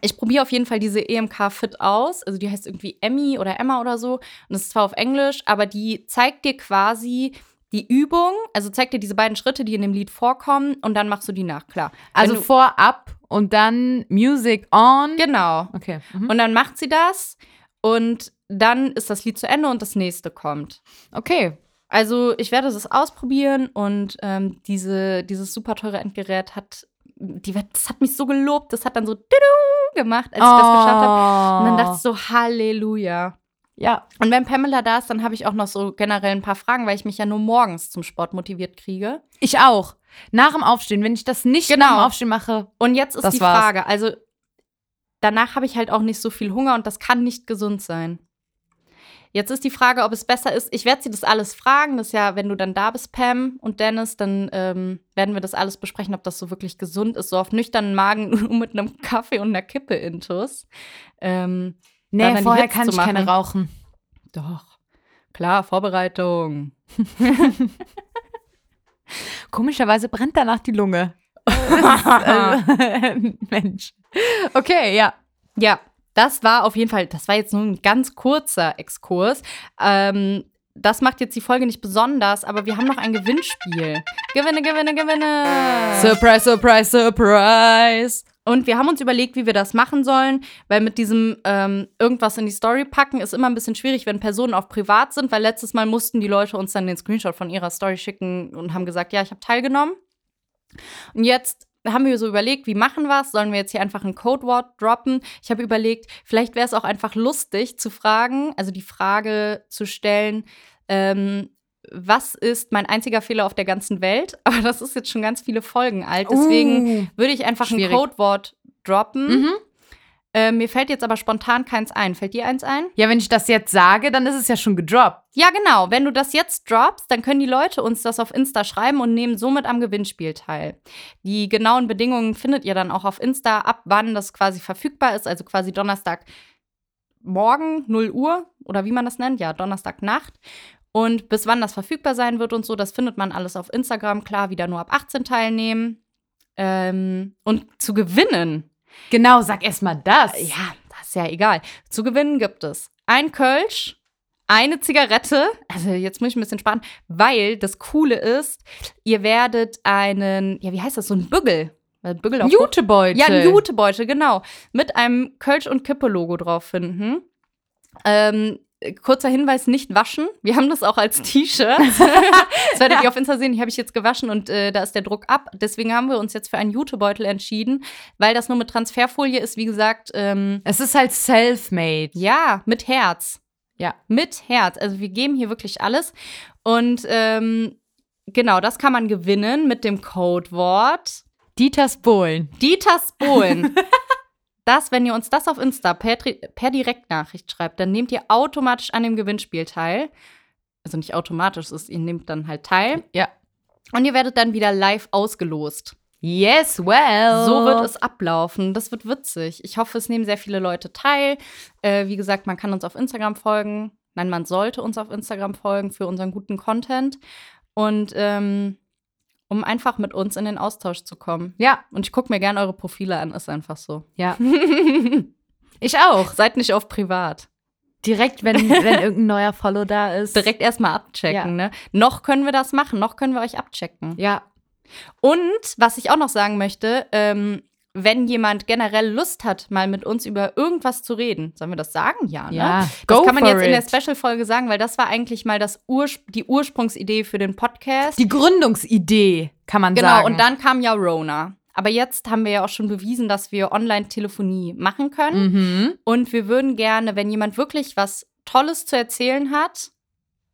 S1: ich probiere auf jeden Fall diese EMK Fit aus. Also die heißt irgendwie Emmy oder Emma oder so. Und das ist zwar auf Englisch, aber die zeigt dir quasi die Übung, also zeigt dir diese beiden Schritte, die in dem Lied vorkommen und dann machst du die nach, klar.
S2: Also
S1: Wenn du,
S2: vorab und dann Music on.
S1: genau.
S2: Okay. Mhm.
S1: Und dann macht sie das und dann ist das Lied zu Ende und das nächste kommt.
S2: Okay.
S1: Also ich werde das ausprobieren und ähm, diese, dieses super teure Endgerät hat, die, wird- das hat mich so gelobt, das hat dann so tudu gemacht, als ich das geschafft habe. Und dann
S2: Oh.
S1: dachte ich so, Halleluja.
S2: ja.
S1: Und wenn Pamela da ist, dann habe ich auch noch so generell ein paar Fragen, weil ich mich ja nur morgens zum Sport motiviert kriege.
S2: Ich auch. Nach dem Aufstehen, wenn ich das nicht
S1: Genau.
S2: nach dem Aufstehen mache.
S1: Und jetzt ist
S2: Das
S1: die
S2: war's.
S1: Frage, also danach habe ich halt auch nicht so viel Hunger und das kann nicht gesund sein. Jetzt ist die Frage, ob es besser ist. Ich werde sie das alles fragen. Das ist ja, wenn du dann da bist, Pam und Dennis, dann ähm, werden wir das alles besprechen, ob das so wirklich gesund ist. So auf nüchternen Magen nur mit einem Kaffee und einer Kippe intus. Ähm, Dann
S2: Nee,
S1: die
S2: vorher
S1: Hits
S2: kann
S1: zu
S2: ich keine
S1: machen.
S2: rauchen.
S1: doch, klar, Vorbereitung.
S2: Komischerweise brennt danach die Lunge. Äh, Mensch. Okay, ja.
S1: Ja, das war auf jeden Fall, das war jetzt nur ein ganz kurzer Exkurs. Ähm, das macht jetzt die Folge nicht besonders, aber wir haben noch ein Gewinnspiel. Gewinne, gewinne, gewinne.
S2: Surprise, surprise, surprise.
S1: Und wir haben uns überlegt, wie wir das machen sollen, weil mit diesem ähm, irgendwas in die Story packen ist immer ein bisschen schwierig, wenn Personen auch privat sind, weil letztes Mal mussten die Leute uns dann den Screenshot von ihrer Story schicken und haben gesagt, ja, ich habe teilgenommen. Und jetzt haben wir so überlegt, wie machen wir es? Sollen wir jetzt hier einfach ein Codewort droppen? Ich habe überlegt, vielleicht wäre es auch einfach lustig zu fragen, also die Frage zu stellen, ähm, was ist mein einziger Fehler auf der ganzen Welt? Aber das ist jetzt schon ganz viele Folgen alt, deswegen
S2: Deswegen.
S1: würde ich einfach ein
S2: Schwierig.
S1: Codewort droppen.
S2: Mhm.
S1: Äh, mir fällt jetzt aber spontan keins ein. Fällt dir eins ein?
S2: Ja, wenn ich das jetzt sage, dann ist es ja schon gedroppt.
S1: Ja, genau. Wenn du das jetzt droppst, dann können die Leute uns das auf Insta schreiben und nehmen somit am Gewinnspiel teil. Die genauen Bedingungen findet ihr dann auch auf Insta, ab wann das quasi verfügbar ist, also quasi Donnerstag morgen 0 Uhr oder wie man das nennt, ja, Donnerstagnacht. Und bis wann das verfügbar sein wird und so, das findet man alles auf Instagram. Klar, wieder nur ab 18 teilnehmen. Ähm, und zu gewinnen,
S2: Genau, sag erst mal das.
S1: Ja, das ist ja egal. Zu gewinnen gibt es ein Kölsch, eine Zigarette. Also jetzt muss ich ein bisschen sparen, weil das Coole ist, ihr werdet einen, ja, wie heißt das, so ein Bügel. Weil Bügel auf Hoch-
S2: Jutebeutel.
S1: Ja, ein Jutebeutel, genau. Mit einem Kölsch- und Kippe-Logo drauf finden. Ähm, kurzer Hinweis, nicht waschen. Wir haben das auch als T-Shirt. das werdet ihr auf Insta sehen. Die habe ich jetzt gewaschen und äh, da ist der Druck ab. Deswegen haben wir uns jetzt für einen Jutebeutel entschieden, weil das nur mit Transferfolie ist. Wie gesagt, ähm,
S2: Es ist halt self-made.
S1: ja, mit Herz.
S2: Ja.
S1: Mit Herz. Also wir geben hier wirklich alles. Und ähm, genau, das kann man gewinnen mit dem Codewort
S2: Dieters Bohlen.
S1: Dieters Bohlen. dass, wenn ihr uns das auf Insta per, Dri- per Direktnachricht schreibt, dann nehmt ihr automatisch an dem Gewinnspiel teil. Also nicht automatisch, es ist, ihr nehmt dann halt teil.
S2: Ja.
S1: Und ihr werdet dann wieder live ausgelost.
S2: Yes, well.
S1: So wird es ablaufen. Das wird witzig. Ich hoffe, es nehmen sehr viele Leute teil. Äh, wie gesagt, man kann uns auf Instagram folgen. Nein, man sollte uns auf Instagram folgen für unseren guten Content. Und ähm, um einfach mit uns in den Austausch zu kommen.
S2: Ja,
S1: Und ich gucke mir gerne eure Profile an, ist einfach so.
S2: ja. ich auch.
S1: Seid nicht auf privat.
S2: Direkt, wenn, wenn irgendein neuer Follow da ist.
S1: Direkt erstmal abchecken,
S2: Ja.
S1: ne? Noch können wir das machen, noch können wir euch abchecken.
S2: Ja.
S1: Und was ich auch noch sagen möchte, ähm, wenn jemand generell Lust hat, mal mit uns über irgendwas zu reden, sollen wir das sagen? Ja, ne?
S2: Ja.
S1: Das
S2: Go
S1: kann man
S2: for
S1: jetzt in der
S2: it.
S1: Special-Folge sagen, weil das war eigentlich mal das Ursch die Ursprungsidee für den Podcast.
S2: Die Gründungsidee, kann man
S1: genau,
S2: sagen.
S1: und dann kam ja Rona. Aber jetzt haben wir ja auch schon bewiesen, dass wir Online-Telefonie machen können.
S2: Mhm.
S1: Und wir würden gerne, wenn jemand wirklich was Tolles zu erzählen hat,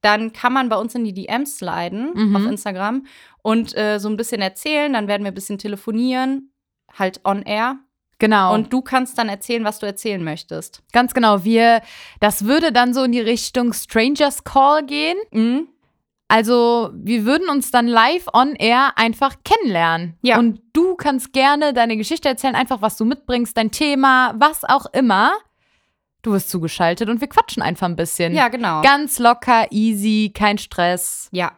S1: dann kann man bei uns in die DMs sliden
S2: Mhm.
S1: auf Instagram und äh, so ein bisschen erzählen. Dann werden wir ein bisschen telefonieren, halt on air.
S2: Genau.
S1: Und du kannst dann erzählen, was du erzählen möchtest.
S2: Ganz genau, wir, das würde dann so in die Richtung Strangers Call gehen.
S1: Mhm.
S2: Also, wir würden uns dann live on air einfach kennenlernen.
S1: Ja.
S2: Und du kannst gerne deine Geschichte erzählen, einfach was du mitbringst, dein Thema, was auch immer. Du wirst zugeschaltet und wir quatschen einfach ein bisschen.
S1: Ja, genau.
S2: Ganz locker, easy, kein Stress.
S1: Ja.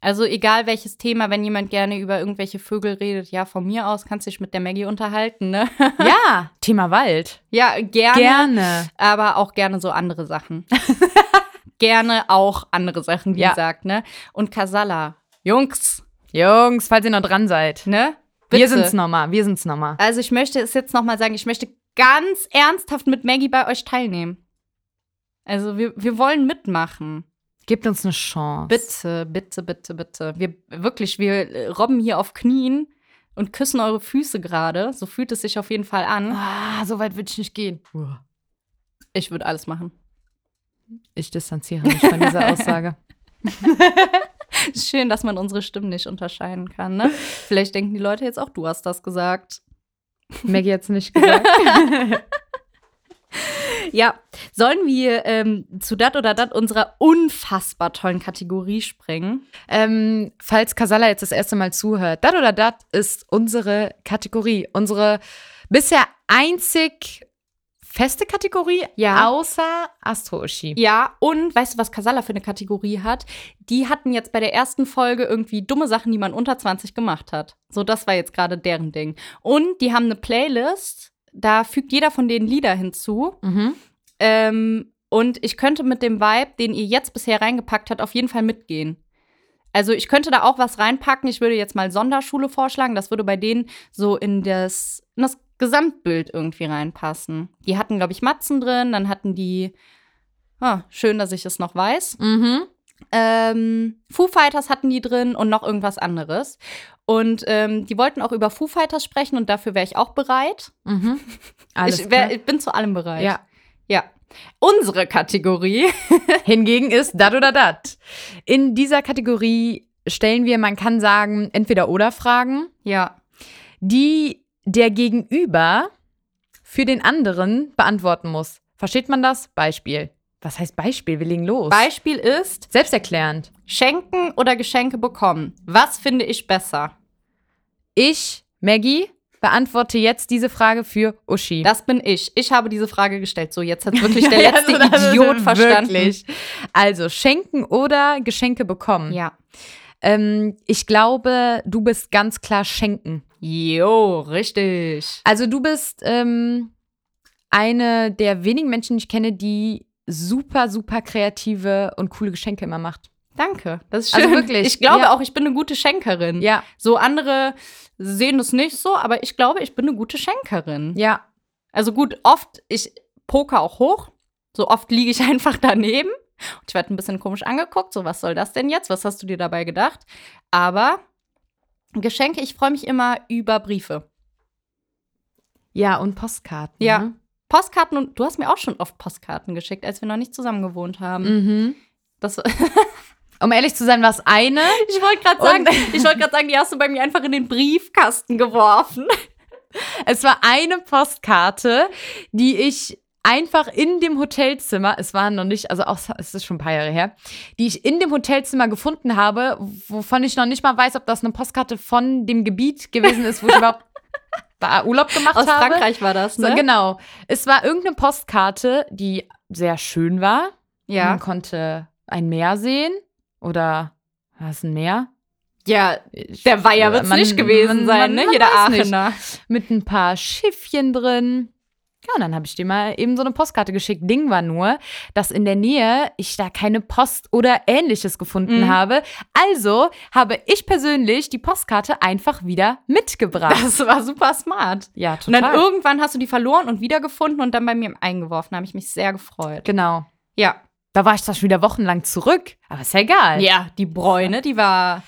S1: Also egal welches Thema, wenn jemand gerne über irgendwelche Vögel redet, ja, von mir aus kannst du dich mit der Maggie unterhalten, ne?
S2: ja, Thema Wald.
S1: ja, gerne,
S2: Gerne.
S1: aber auch gerne so andere Sachen. gerne auch andere Sachen, wie
S2: Ja.
S1: gesagt, ne? Und Kasala, Jungs,
S2: Jungs, falls ihr noch dran seid.
S1: ne?
S2: Wir sind's nochmal, wir sind's nochmal.
S1: Also ich möchte es jetzt nochmal sagen, ich möchte ganz ernsthaft mit Maggie bei euch teilnehmen. Also wir, wir wollen mitmachen.
S2: Gebt uns eine Chance.
S1: Bitte, bitte, bitte, bitte. Wir wirklich, wir äh, robben hier auf Knien und küssen eure Füße gerade. So fühlt es sich auf jeden Fall an.
S2: Ah, so weit würde ich nicht gehen. Uah.
S1: Ich würde alles machen.
S2: Ich distanziere mich von dieser Aussage.
S1: Schön, dass man unsere Stimmen nicht unterscheiden kann. Ne? Vielleicht denken die Leute jetzt auch, du hast das gesagt.
S2: Maggie jetzt nicht gesagt.
S1: Ja, sollen wir ähm, zu dat oder dat unserer unfassbar tollen Kategorie springen?
S2: ähm, falls Casala jetzt das erste Mal zuhört, dat oder dat ist unsere Kategorie. Unsere bisher einzig feste Kategorie,
S1: Ja.
S2: außer Astro-Uschi.
S1: Ja, und weißt du, was Casala für eine Kategorie hat? Die hatten jetzt bei der ersten Folge irgendwie dumme Sachen, die man unter 20 gemacht hat. So, das war jetzt gerade deren Ding. Und die haben eine Playlist, da fügt jeder von denen Lieder hinzu.
S2: Mhm.
S1: Ähm, und ich könnte mit dem Vibe, den ihr jetzt bisher reingepackt habt, auf jeden Fall mitgehen. Also ich könnte da auch was reinpacken. Ich würde jetzt mal Sonderschule vorschlagen. Das würde bei denen so in das, in das Gesamtbild irgendwie reinpassen. Die hatten, glaube ich, Matzen drin. Dann hatten die, ah, schön, dass ich es noch weiß.
S2: Mhm.
S1: Ähm, Foo Fighters hatten die drin und noch irgendwas anderes. Und ähm, die wollten auch über Foo Fighters sprechen und dafür wäre ich auch bereit.
S2: Mhm. Alles
S1: ich, wär,
S2: klar.
S1: ich bin zu allem bereit.
S2: Ja.
S1: Ja. Unsere Kategorie.
S2: Hingegen ist dat oder dat. In dieser Kategorie stellen wir, man kann sagen, entweder oder Fragen.
S1: Ja.
S2: die der Gegenüber für den anderen beantworten muss. Versteht man das? Beispiel. Was heißt Beispiel? Wir legen los.
S1: Beispiel ist
S2: Selbsterklärend.
S1: Schenken oder Geschenke bekommen. Was finde ich besser?
S2: Ich, Maggie, beantworte jetzt diese Frage für Uschi.
S1: Das bin ich. Ich habe diese Frage gestellt. So, jetzt hat wirklich der
S2: Ja,
S1: letzte
S2: also das ist
S1: Idiot verstanden.
S2: wirklich. Also, schenken oder Geschenke bekommen.
S1: Ja.
S2: Ähm, ich glaube, du bist ganz klar schenken.
S1: Jo, richtig.
S2: Also du bist ähm, eine der wenigen Menschen, die ich kenne, die super, super kreative und coole Geschenke immer macht.
S1: Danke. Das ist schön.
S2: Also wirklich,
S1: Ich glaube
S2: ja.
S1: auch, ich bin eine gute Schenkerin.
S2: Ja,
S1: So andere sehen es nicht so, aber ich glaube, ich bin eine gute Schenkerin.
S2: ja,
S1: Also gut, oft, ich poker auch hoch. So oft liege ich einfach daneben. Und ich werde ein bisschen komisch angeguckt. So, was soll das denn jetzt? Was hast du dir dabei gedacht? Aber Geschenke, ich freue mich immer über Briefe.
S2: ja und Postkarten.
S1: Ja.
S2: ne?
S1: Postkarten und du hast mir auch schon oft Postkarten geschickt, als wir noch nicht zusammen gewohnt haben.
S2: Mhm.
S1: Das,
S2: Um ehrlich zu sein, war es eine.
S1: ich wollte gerade sagen, ich wollte gerade sagen, die hast du bei mir einfach in den Briefkasten geworfen.
S2: Es war eine Postkarte, die ich einfach in dem Hotelzimmer, es war noch nicht, also auch es ist schon ein paar Jahre her, die ich in dem Hotelzimmer gefunden habe, wovon ich noch nicht mal weiß, ob das eine Postkarte von dem Gebiet gewesen ist, wo ich überhaupt da Urlaub gemacht
S1: Aus
S2: habe.
S1: Frankreich war das, ne?
S2: So, genau. Es war irgendeine Postkarte, die sehr schön war. Man
S1: Ja.
S2: konnte ein Meer sehen oder war es ein Meer?
S1: Ja, der Weiher wird es
S2: Man-
S1: nicht gewesen
S2: man-
S1: sein,
S2: man-
S1: ne?
S2: man
S1: Jeder
S2: weiß nicht.
S1: Aachener.
S2: mit ein paar Schiffchen drin. Ja, und dann habe ich dir mal eben so eine Postkarte geschickt. Ding war nur, dass in der Nähe ich da keine Post oder ähnliches gefunden
S1: Mhm.
S2: habe. Also habe ich persönlich die Postkarte einfach wieder mitgebracht.
S1: Das war super smart.
S2: ja,
S1: Und
S2: total.
S1: dann irgendwann hast du die verloren und wiedergefunden und dann bei mir eingeworfen. Da habe ich mich sehr gefreut.
S2: genau.
S1: Ja.
S2: Da war ich zwar schon wieder wochenlang zurück, aber ist ja egal.
S1: Ja, die Bräune, die war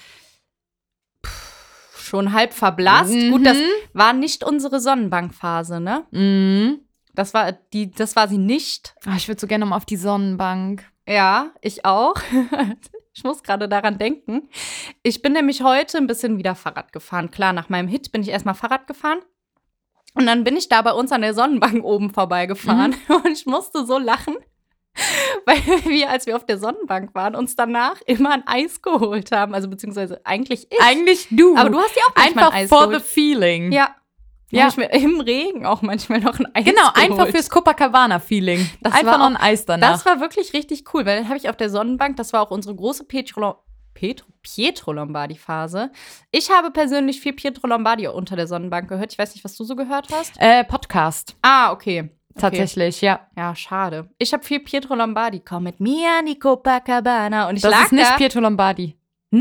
S1: pff, schon halb verblasst.
S2: Mhm.
S1: Gut, das war nicht unsere Sonnenbankphase, ne?
S2: Mhm.
S1: Das war, die, das war sie nicht.
S2: Ah, ich würde so gerne mal auf die Sonnenbank.
S1: Ja, ich auch. Ich muss gerade daran denken. Ich bin nämlich heute ein bisschen wieder Fahrrad gefahren. Klar, nach meinem Hit bin ich erstmal Fahrrad gefahren. Und dann bin ich da bei uns an der Sonnenbank oben vorbeigefahren.
S2: Mhm.
S1: Und ich musste so lachen, weil wir, als wir auf der Sonnenbank waren, uns danach immer ein Eis geholt haben. Also beziehungsweise eigentlich ich.
S2: Eigentlich du.
S1: Aber du hast ja auch manchmal
S2: einfach
S1: ein Eis
S2: for the
S1: geholt.
S2: feeling.
S1: Ja.
S2: Ja.
S1: Ja. Hab ich mir im Regen auch manchmal noch ein Eis
S2: Genau,
S1: geholt.
S2: einfach fürs Copacabana-Feeling.
S1: Das
S2: Einfach
S1: war
S2: noch
S1: auch-
S2: ein Eis danach.
S1: Das war wirklich richtig cool, weil dann habe ich auf der Sonnenbank, das war auch unsere große Pietro, Pietro, Pietro Lombardi-Phase. Ich habe persönlich viel Pietro Lombardi unter der Sonnenbank gehört. Ich weiß nicht, was du so gehört hast.
S2: Äh, Podcast.
S1: Ah, okay. okay.
S2: Tatsächlich, ja.
S1: Ja, schade. Ich habe viel Pietro Lombardi. Komm mit mir an die Copacabana. Und ich
S2: Das
S1: lag
S2: ist nicht
S1: da.
S2: Pietro Lombardi.
S1: nee.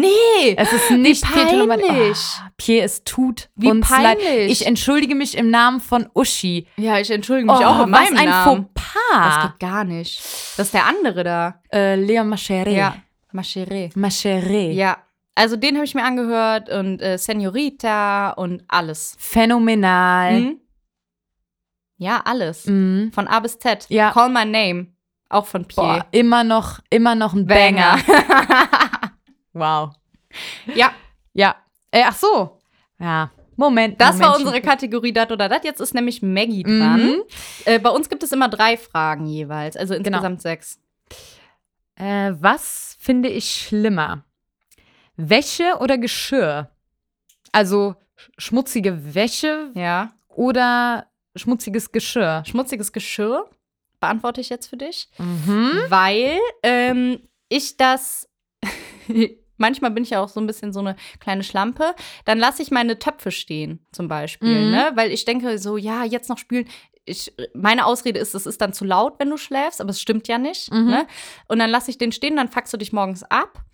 S2: Es ist nicht Pietro Lombardi.
S1: peinlich.
S2: Oh, Pier, es tut
S1: Wie
S2: uns
S1: peinlich.
S2: leid. Ich entschuldige mich im Namen von Uschi.
S1: Ja, ich entschuldige mich
S2: oh,
S1: auch in
S2: was
S1: meinem
S2: ein
S1: Namen. Das
S2: Fauxpas.
S1: geht gar nicht. Das ist der andere da.
S2: Äh, Leon Machere.
S1: Ja. Machere.
S2: Machere.
S1: Ja. Also den habe ich mir angehört und äh, Senorita und alles.
S2: Phänomenal.
S1: Mhm. Ja, alles.
S2: Mhm.
S1: Von A bis Z.
S2: Ja.
S1: Call My Name. Auch von
S2: Boah,
S1: Pierre.
S2: immer noch, immer noch ein Banger. Wow.
S1: ja,
S2: Ja. Äh, ach so. Ja. Moment.
S1: das war
S2: Momentchen.
S1: unsere Kategorie Dat oder Dat. Jetzt ist nämlich Maggie
S2: Mhm.
S1: dran. Äh, bei uns gibt es immer drei Fragen jeweils, also
S2: Genau.
S1: insgesamt sechs.
S2: Äh, was finde ich schlimmer? Wäsche oder Geschirr? Also sch- schmutzige Wäsche
S1: Ja.
S2: oder schmutziges Geschirr?
S1: Schmutziges Geschirr beantworte ich jetzt für dich.
S2: Mhm.
S1: weil ähm, ich das. Manchmal bin ich ja auch so ein bisschen so eine kleine Schlampe. Dann lasse ich meine Töpfe stehen, zum Beispiel,
S2: Mhm.
S1: ne? Weil ich denke, so, ja, jetzt noch spülen. Ich, meine Ausrede ist, es ist dann zu laut, wenn du schläfst, aber es stimmt ja nicht.
S2: Mhm.
S1: Ne? Und dann lasse ich den stehen, dann fuckst du dich morgens ab,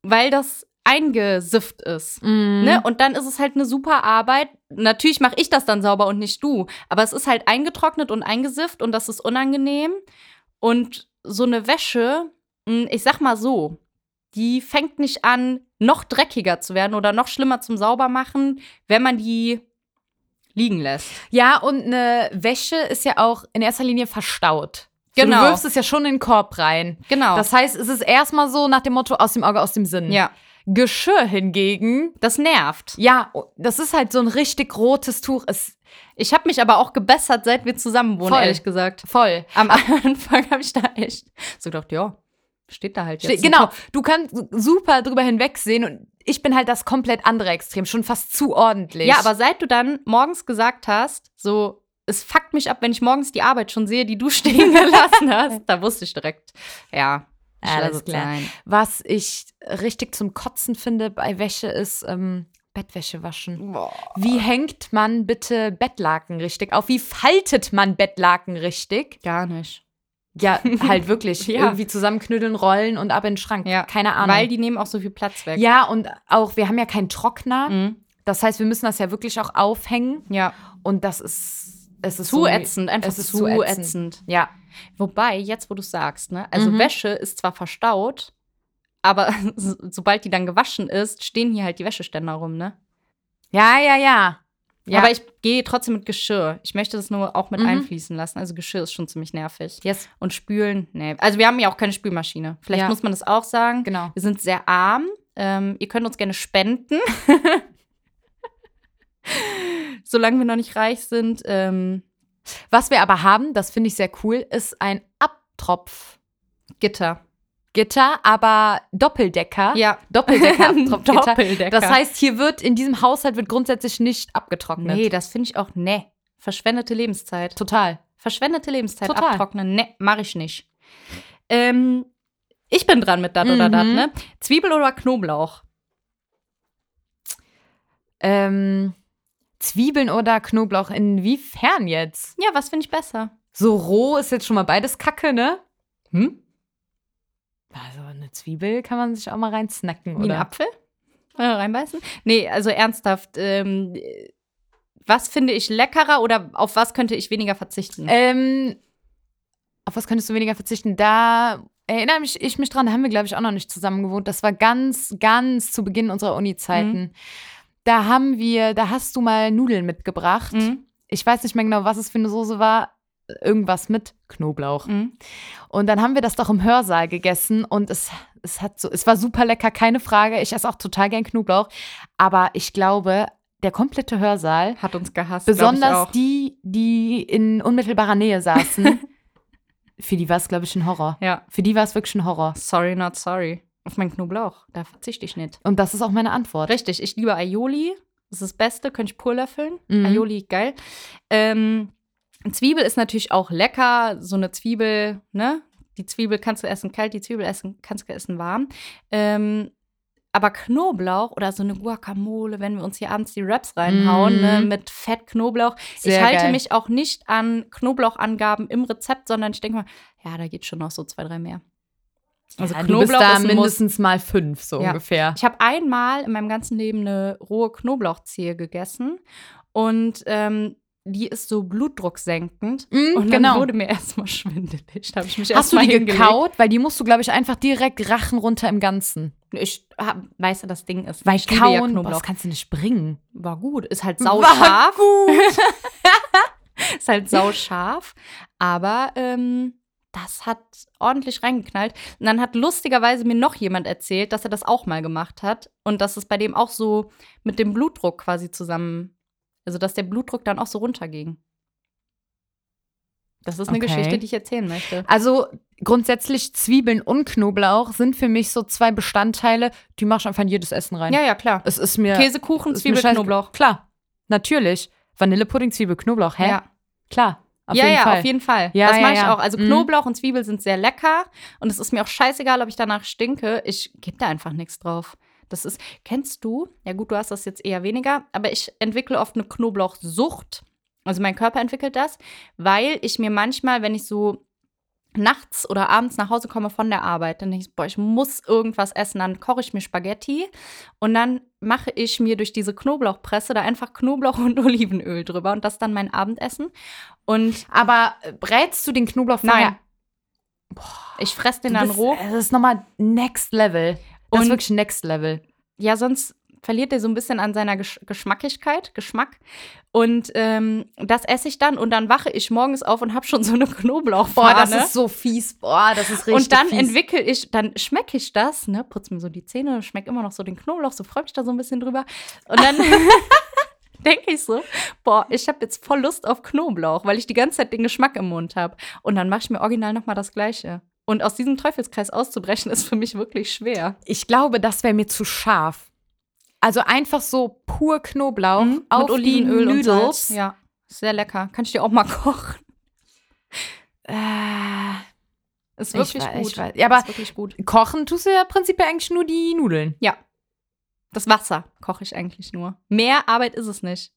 S1: weil das eingesifft ist.
S2: Mhm.
S1: Ne? Und dann ist es halt eine super Arbeit. Natürlich mache ich das dann sauber und nicht du. Aber es ist halt eingetrocknet und eingesifft und das ist unangenehm. Und so eine Wäsche, mh, ich sag mal so, die fängt nicht an, noch dreckiger zu werden oder noch schlimmer zum Saubermachen, wenn man die liegen lässt.
S2: Ja, und eine Wäsche ist ja auch in erster Linie verstaut. So,
S1: Genau.
S2: Du wirfst es ja schon in den Korb rein.
S1: Genau.
S2: Das heißt, es ist erstmal so nach dem Motto aus dem Auge, aus dem Sinn.
S1: ja,
S2: Geschirr hingegen,
S1: das nervt.
S2: ja, das ist halt so ein richtig rotes Tuch. Ist
S1: Ich habe mich aber auch gebessert, seit wir zusammen wohnen,
S2: Voll.
S1: ehrlich gesagt.
S2: voll.
S1: Am Anfang habe ich da echt so gedacht, ja, steht da halt jetzt.
S2: Ste-
S1: ein
S2: Genau, du kannst super drüber hinwegsehen und ich bin halt das komplett andere Extrem, schon fast zu ordentlich.
S1: Ja, aber seit du dann morgens gesagt hast, so, es fuckt mich ab, wenn ich morgens die Arbeit schon sehe, die du stehen gelassen hast, da wusste ich direkt, ja, ich
S2: Alles
S1: lass es
S2: klar.
S1: sein.
S2: was ich richtig zum Kotzen finde bei Wäsche ist ähm, Bettwäsche waschen. Wie hängt man bitte Bettlaken richtig auf? Wie faltet man Bettlaken richtig?
S1: Gar nicht.
S2: Ja, halt wirklich.
S1: Ja.
S2: Irgendwie zusammenknüdeln, rollen und ab in den Schrank.
S1: Ja,
S2: Keine Ahnung.
S1: Weil die nehmen auch so viel Platz weg.
S2: ja, und auch, wir haben ja keinen Trockner.
S1: Mhm.
S2: Das heißt, wir müssen das ja wirklich auch aufhängen.
S1: ja.
S2: Und das ist, es ist
S1: Zu
S2: so-
S1: ätzend, einfach
S2: es ist
S1: zu
S2: zu ätzend.
S1: ätzend.
S2: Ja,
S1: Wobei, jetzt wo du sagst, ne, also
S2: Mhm.
S1: Wäsche ist zwar verstaut, aber so- sobald die dann gewaschen ist, stehen hier halt die Wäscheständer rum, ne?
S2: Ja, ja, ja. ja.
S1: Aber ich gehe trotzdem mit Geschirr. Ich möchte das nur auch mit
S2: Mhm.
S1: einfließen lassen. Also Geschirr ist schon ziemlich nervig.
S2: yes,
S1: Und spülen, nee. Also wir haben ja auch keine Spülmaschine. Vielleicht
S2: Ja.
S1: muss man das auch sagen.
S2: genau.
S1: Wir sind sehr arm. Ähm, ihr könnt uns gerne spenden. solange wir noch nicht reich sind. Ähm,
S2: Was wir aber haben, das finde ich sehr cool, ist ein Abtropfgitter,
S1: Gitter.
S2: aber Doppeldecker.
S1: Ja.
S2: Doppeldecker-Abtropfgitter.
S1: Doppeldecker.
S2: Das heißt, hier wird in diesem Haushalt wird grundsätzlich nicht abgetrocknet.
S1: nee, das finde ich auch, ne. Verschwendete Lebenszeit.
S2: Total.
S1: Verschwendete Lebenszeit
S2: Total.
S1: abtrocknen. Ne, mache ich nicht. Ähm, ich bin dran mit dat oder
S2: Mhm.
S1: dat, ne? Zwiebel oder Knoblauch?
S2: Ähm, Zwiebeln oder Knoblauch, inwiefern jetzt?
S1: Ja, was finde ich besser?
S2: So roh ist jetzt schon mal beides Kacke, ne? Hm? Also eine Zwiebel kann man sich auch mal reinsnacken,
S1: Wie ein
S2: oder?
S1: Apfel? Äh, reinbeißen? Nee, also ernsthaft. Ähm, äh, was finde ich leckerer oder auf was könnte ich weniger verzichten?
S2: Ähm, auf was könntest du weniger verzichten? Da erinnere mich, ich mich dran, da haben wir, glaube ich, auch noch nicht zusammen gewohnt. Das war ganz, ganz zu Beginn unserer Uni-Zeiten. Da haben wir, da hast du mal Nudeln mitgebracht.
S1: Mhm,
S2: Ich weiß nicht mehr genau, was es für eine Soße war. Irgendwas mit Knoblauch.
S1: mhm.
S2: Und dann haben wir das doch im Hörsaal gegessen und es, es hat so, es war super lecker, keine Frage. Ich esse auch total gern Knoblauch. Aber ich glaube, der komplette Hörsaal,
S1: Hat uns gehasst. glaub ich
S2: besonders
S1: auch.
S2: die, die in unmittelbarer Nähe saßen, für die war es, glaube ich, ein Horror.
S1: Ja.
S2: Für die war es wirklich ein Horror.
S1: Sorry, not sorry. Auf meinen Knoblauch. Da verzichte ich nicht.
S2: Und das ist auch meine Antwort.
S1: Richtig, ich liebe Aioli. Das ist das Beste, könnte ich pur löffeln.
S2: Mhm.
S1: Aioli, geil. Ähm, Zwiebel ist natürlich auch lecker. So eine Zwiebel, ne? Die Zwiebel kannst du essen kalt, die Zwiebel essen, kannst du essen warm. Ähm, aber Knoblauch oder so eine Guacamole, wenn wir uns hier abends die Wraps reinhauen,
S2: Mhm.
S1: ne, mit Fett Knoblauch.
S2: Sehr
S1: ich halte
S2: geil.
S1: mich auch nicht an Knoblauchangaben im Rezept, sondern ich denke mal, ja, da geht schon noch so zwei, drei mehr. Also
S2: ja,
S1: Knoblauch
S2: du bist da
S1: ist ein Muss.
S2: mindestens mal fünf, so
S1: Ja.
S2: ungefähr.
S1: Ich habe einmal in meinem ganzen Leben eine rohe Knoblauchzehe gegessen und ähm, die ist so blutdrucksenkend.
S2: Mhm,
S1: Und dann
S2: genau.
S1: wurde mir erstmal schwindelig. Da habe ich mich
S2: Hast du
S1: erstmal
S2: die
S1: hingelegt.
S2: gekaut? Weil die musst du, glaube ich, einfach direkt rachen runter im Ganzen.
S1: Ich hab, weiß ja, das Ding ist.
S2: Weil
S1: ich liebe ja
S2: kauen, boah,
S1: Knoblauch.
S2: das kannst du nicht bringen.
S1: War gut. Ist halt
S2: War
S1: sauscharf. Gut. ist halt sauscharf. Aber ähm, das hat ordentlich reingeknallt. Und dann hat lustigerweise mir noch jemand erzählt, dass er das auch mal gemacht hat. Und dass es bei dem auch so mit dem Blutdruck quasi zusammen. Also, dass der Blutdruck dann auch so runterging. Das ist eine
S2: Okay.
S1: Geschichte, die ich erzählen möchte.
S2: Also grundsätzlich Zwiebeln und Knoblauch sind für mich so zwei Bestandteile, die machst du einfach in jedes Essen rein.
S1: Ja, ja, klar.
S2: Es ist mir
S1: Käsekuchen,
S2: es ist mir
S1: Zwiebel,
S2: scheiß-
S1: Knoblauch.
S2: Klar, natürlich. Vanillepudding, Zwiebel, Knoblauch, hä?
S1: Ja.
S2: Klar, auf
S1: ja,
S2: jeden
S1: ja,
S2: Fall.
S1: auf jeden Fall.
S2: Ja,
S1: das
S2: ja,
S1: mag ich
S2: ja.
S1: auch. Also
S2: Mhm.
S1: Knoblauch und Zwiebel sind sehr lecker und es ist mir auch scheißegal, ob ich danach stinke. Ich gebe da einfach nichts drauf. Das ist, kennst du, ja gut, du hast das jetzt eher weniger, aber ich entwickle oft eine Knoblauchsucht. Also mein Körper entwickelt das, weil ich mir manchmal, wenn ich so nachts oder abends nach Hause komme von der Arbeit, dann denke ich, boah, ich muss irgendwas essen, dann koche ich mir Spaghetti und dann mache ich mir durch diese Knoblauchpresse da einfach Knoblauch und Olivenöl drüber und das ist dann mein Abendessen. Und
S2: Aber äh, brätst du den Knoblauch vorher?
S1: Nein. Ich fresse den
S2: Du
S1: dann
S2: bist-
S1: roh.
S2: Das ist nochmal next level. Das
S1: Und-
S2: ist wirklich next level.
S1: Ja, sonst verliert der so ein bisschen an seiner Gesch Geschmackigkeit, Geschmack. Und ähm, das esse ich dann und dann wache ich morgens auf und habe schon so eine
S2: Boah,
S1: Knoblauchfahne.
S2: das ist so fies. Boah, das ist richtig
S1: und dann
S2: fies.
S1: entwickle ich, dann schmecke ich das, ne, putz mir so die Zähne, schmecke immer noch so den Knoblauch, so freue mich da so ein bisschen drüber. Und dann denke ich so, boah, ich habe jetzt voll Lust auf Knoblauch, weil ich die ganze Zeit den Geschmack im Mund habe. Und dann mache ich mir original nochmal das Gleiche. Und aus diesem Teufelskreis auszubrechen, ist für mich wirklich schwer.
S2: Ich glaube, das wäre mir zu scharf. Also einfach so pur Knoblauch auf
S1: Mhm, mit Olivenöl
S2: Mhm. die
S1: und
S2: Noodles.
S1: Salz. Ja, sehr lecker. Kann ich dir auch mal kochen.
S2: Äh,
S1: Ist
S2: Ich
S1: wirklich
S2: weiß,
S1: gut.
S2: ich weiß. Ja, aber-
S1: ist wirklich gut.
S2: Kochen tust du ja prinzipiell eigentlich nur die Nudeln.
S1: Ja. Das Wasser koche ich eigentlich nur. Mehr Arbeit ist es nicht.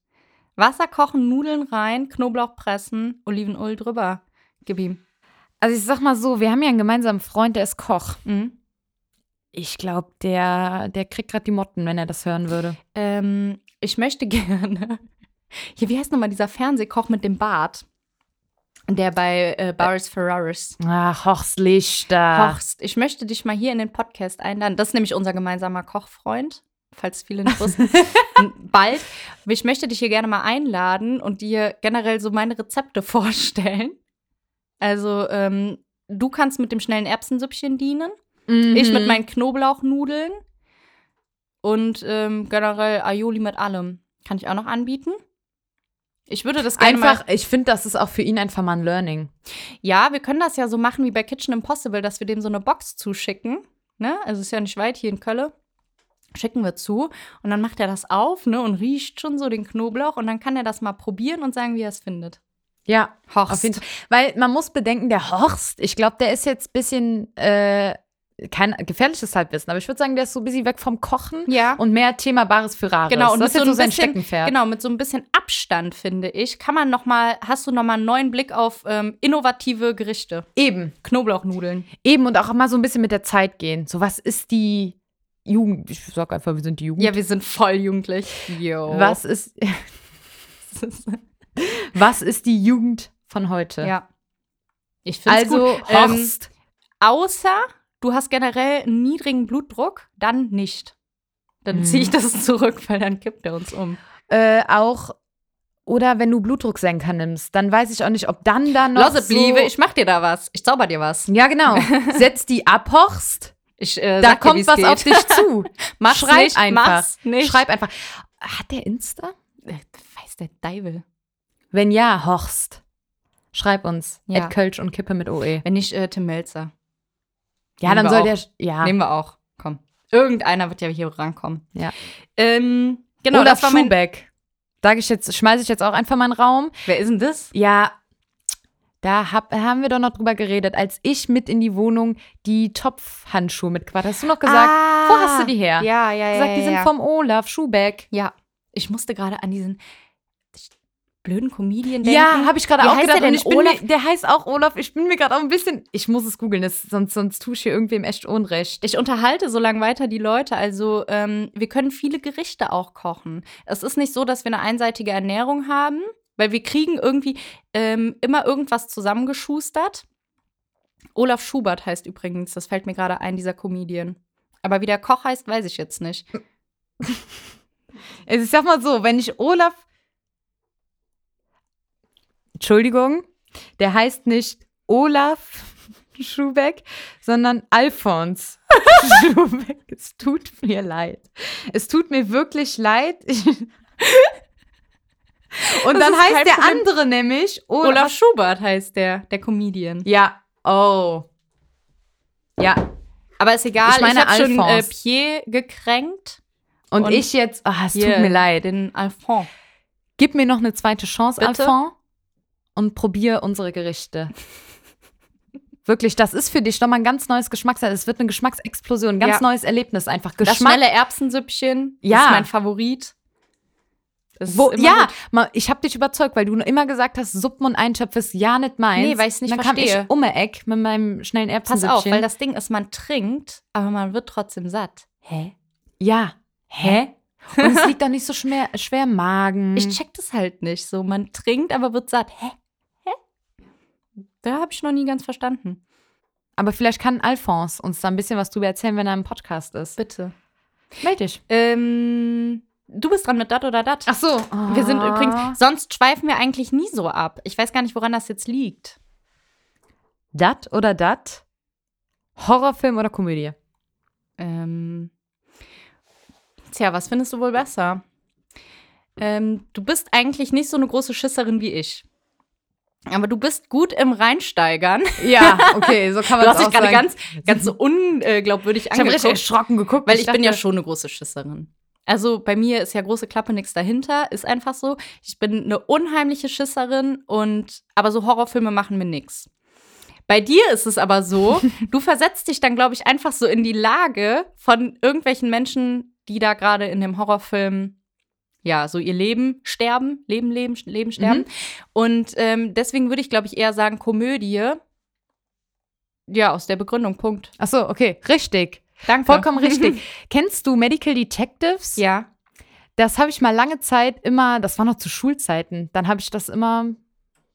S1: Wasser kochen, Nudeln rein, Knoblauch pressen, Olivenöl drüber. Gib ihm.
S2: Also ich sag mal so, wir haben ja einen gemeinsamen Freund, der ist Koch.
S1: Mhm.
S2: Ich glaube, der, der kriegt gerade die Motten, wenn er das hören würde.
S1: Ähm, ich möchte gerne. Hier, wie heißt nochmal dieser Fernsehkoch mit dem Bart? Der bei äh, Boris Ferraris.
S2: Ach, Horst Lichter.
S1: Horst, ich möchte dich mal hier in den Podcast einladen. Das ist nämlich unser gemeinsamer Kochfreund, falls viele nicht wussten. Bald. Ich möchte dich hier gerne mal einladen und dir generell so meine Rezepte vorstellen. Also, ähm, du kannst mit dem schnellen Erbsensüppchen dienen.
S2: Mhm.
S1: Ich mit meinen Knoblauchnudeln. Und ähm, generell Aioli mit allem. Kann ich auch noch anbieten. Ich würde das gerne mal.
S2: Einfach, ich finde, das ist auch für ihn einfach mal ein Learning.
S1: Ja, wir können das ja so machen wie bei Kitchen Impossible, dass wir dem so eine Box zuschicken. Ne? Also ist ja nicht weit hier in Kölle. Schicken wir zu und dann macht er das auf ne, und riecht schon so den Knoblauch und dann kann er das mal probieren und sagen, wie er es findet.
S2: Ja,
S1: Horst.
S2: Auf jeden Fall. Weil man muss bedenken, der Horst, ich glaube, der ist jetzt ein bisschen äh, kein gefährliches Halbwissen, aber ich würde sagen, der ist so ein bisschen weg vom Kochen
S1: Ja.
S2: und mehr Thema Bares für Rares.
S1: Genau, und
S2: das ist
S1: mit so
S2: jetzt so
S1: ein
S2: sein
S1: bisschen-
S2: Steckenpferd.
S1: Genau, mit so ein bisschen Abstand, finde ich, kann man noch mal, hast du noch mal einen neuen Blick auf ähm, innovative Gerichte.
S2: Eben,
S1: Knoblauchnudeln.
S2: eben und auch mal so ein bisschen mit der Zeit gehen. So, was ist die Jugend? Ich sag einfach, wir sind die Jugend.
S1: Ja, wir sind voll jugendlich. Yo.
S2: was, ist, was ist die Jugend von heute?
S1: ja. Ich finde es
S2: Also,
S1: gut. Ähm,
S2: Horst.
S1: außer du hast generell einen niedrigen Blutdruck, dann nicht. Dann
S2: Mhm.
S1: ziehe ich das zurück, weil dann kippt er uns um.
S2: äh, auch oder wenn du Blutdrucksenker nimmst, dann weiß ich auch nicht, ob dann da noch
S1: Loset,
S2: so
S1: Liebe, ich mach dir da was. Ich zauber dir was.
S2: Ja, genau. Setz die ab, Horst.
S1: Ich, äh,
S2: Da
S1: sag dir,
S2: kommt
S1: wie's
S2: was
S1: geht.
S2: auf dich zu.
S1: Mach's
S2: Schreib
S1: nicht,
S2: einfach.
S1: Mach's nicht.
S2: Schreib einfach. Hat der Insta?
S1: Äh, Weiß der Deivel.
S2: Wenn ja, Horst. Schreib uns.
S1: Ja.
S2: At Kölsch und Kippe mit OE.
S1: Wenn nicht, äh, Tim Melzer.
S2: Ja,
S1: Nehmen
S2: dann
S1: wir
S2: soll
S1: auch.
S2: der. Ja.
S1: Nehmen wir auch. Komm. Irgendeiner wird ja hier rankommen.
S2: Ja.
S1: Ähm, genau,
S2: Oder
S1: das war mein.
S2: Schubeck. Sag ich jetzt, schmeiße ich jetzt auch einfach meinen Raum.
S1: Wer ist denn das?
S2: Ja, da hab, haben wir doch noch drüber geredet, als ich mit in die Wohnung die Topfhandschuhe mitgebracht habe. Hast du noch gesagt,
S1: Ah.
S2: wo hast du die her?
S1: Ja, ja, ja.
S2: gesagt, die
S1: ja,
S2: sind
S1: ja.
S2: vom Olaf Schubeck.
S1: Ja. Ich musste gerade an diesen blöden Comedian denken.
S2: Ja, habe ich gerade
S1: Wie
S2: auch
S1: heißt
S2: gedacht.
S1: der denn?
S2: und ich bin
S1: Olaf?
S2: Mir, der heißt auch Olaf. Ich bin mir gerade auch ein bisschen. Ich muss es googeln, das- sonst, sonst tue ich hier irgendwem echt Unrecht.
S1: Ich unterhalte so lange weiter die Leute. Also, ähm, wir können viele Gerichte auch kochen. Es ist nicht so, dass wir eine einseitige Ernährung haben, weil wir kriegen irgendwie ähm, immer irgendwas zusammengeschustert. Olaf Schubert heißt übrigens, das fällt mir gerade ein, dieser Comedian. Aber wie der Koch heißt, weiß ich jetzt nicht.
S2: Also ich sag mal so, wenn ich Olaf. Entschuldigung, der heißt nicht Olaf Schubeck, sondern Alfons Schubeck. Es tut mir leid. Es tut mir wirklich leid. Ich Und
S1: Das
S2: dann
S1: ist kein
S2: heißt der
S1: Problem.
S2: andere nämlich Olaf.
S1: Olaf Schubert heißt der, der Comedian.
S2: Ja, oh. Ja,
S1: Aber ist egal,
S2: Ich meine
S1: ich habe schon äh,
S2: Alphonse.
S1: Pierre gekränkt.
S2: und,
S1: Und
S2: ich jetzt, ah, es
S1: Hier,
S2: tut mir leid.
S1: Den Alphonse.
S2: Gib mir noch eine zweite Chance,
S1: Bitte?
S2: Alphon, und probier unsere Gerichte. Wirklich, das ist für dich nochmal ein ganz neues Geschmackserlebnis. Es wird eine Geschmacksexplosion, ein ganz
S1: Ja.
S2: neues Erlebnis einfach.
S1: Das
S2: Geschmack.
S1: schnelle Erbsensüppchen
S2: Ja.
S1: ist mein Favorit. Das ist
S2: Wo,
S1: immer
S2: ja,
S1: gut.
S2: ma, ich habe dich überzeugt, weil du immer gesagt hast, Suppen und Eintöpfe ist ja nicht meins.
S1: Nee, weil ich's nicht
S2: Dann
S1: verstehe.
S2: kam ich um die Ecke mit meinem schnellen
S1: Pass
S2: Erbsensüppchen.
S1: auf, weil das Ding ist, man trinkt, aber man wird trotzdem satt. Hä?
S2: ja.
S1: Hä?
S2: Und es liegt auch nicht so schwer, schwer im Magen.
S1: Ich check das halt nicht. So, man trinkt, aber wird satt. Hä? Hä? Da habe ich noch nie ganz verstanden.
S2: Aber vielleicht kann Alphonse uns da ein bisschen was drüber erzählen, wenn er im Podcast ist.
S1: Bitte.
S2: Meld dich.
S1: Ähm, du bist dran mit dat oder dat.
S2: Ach so.
S1: Wir sind übrigens, sonst schweifen wir eigentlich nie so ab. Ich weiß gar nicht, woran das jetzt liegt.
S2: Dat oder dat? Horrorfilm oder Komödie?
S1: Ähm, tja, was findest du wohl besser? Ähm, du bist eigentlich nicht so eine große Schisserin wie ich. Aber du bist gut im Reinsteigern.
S2: Ja, okay, so kann
S1: Du hast dich gerade ganz, ganz so unglaubwürdig
S2: ich habe richtig
S1: angeguckt,
S2: erschrocken geguckt.
S1: weil ich bin ja
S2: dachte,
S1: schon eine große Schisserin. Also bei mir ist ja große Klappe nichts dahinter, ist einfach so. Ich bin eine unheimliche Schisserin und aber so Horrorfilme machen mir nichts. Bei dir ist es aber so, du versetzt dich dann, glaube ich, einfach so in die Lage von irgendwelchen Menschen, die da gerade in dem Horrorfilm, ja, so ihr Leben sterben, Leben, Leben, Leben sterben. Und ähm, deswegen würde ich, glaube ich, eher sagen Komödie. Ja, aus der Begründung, Punkt.
S2: Ach so, okay, richtig.
S1: Danke.
S2: Vollkommen richtig. Kennst du Medical Detectives?
S1: Ja.
S2: Das habe ich mal lange Zeit immer, das war noch zu Schulzeiten, dann habe ich das immer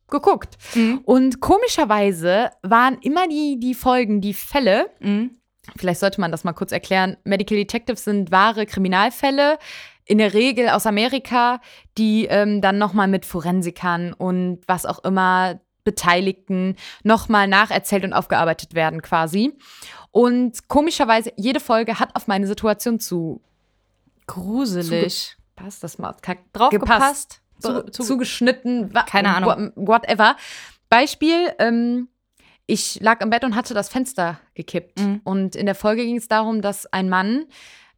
S2: geguckt.
S1: Mhm.
S2: Und komischerweise waren immer die, die Folgen, die Fälle,
S1: Mhm.
S2: vielleicht sollte man das mal kurz erklären. Medical Detectives sind wahre Kriminalfälle, in der Regel aus Amerika, die ähm, dann nochmal mit Forensikern und was auch immer Beteiligten nochmal nacherzählt und aufgearbeitet werden quasi. Und komischerweise, jede Folge hat auf meine Situation zu.
S1: Gruselig.
S2: Passt das mal? Kack,
S1: Draufgepasst.
S2: zu,
S1: zu-
S2: zugeschnitten, wa-
S1: Keine Ahnung.
S2: wha- whatever. Beispiel, ähm, ich lag im Bett und hatte das Fenster gekippt.
S1: Mhm.
S2: Und in der Folge ging es darum, dass ein Mann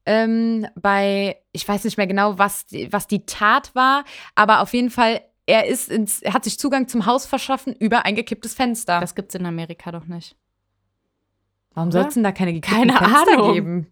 S2: ähm, bei, ich weiß nicht mehr genau, was, die- was die Tat war, aber auf jeden Fall, er ist ins, er hat sich Zugang zum Haus verschaffen über ein gekipptes Fenster.
S1: Das gibt's in Amerika doch nicht.
S2: Warum
S1: oder?
S2: soll es denn da keine gekippten
S1: Keine
S2: Fenster
S1: Ahnung.
S2: geben? Ah,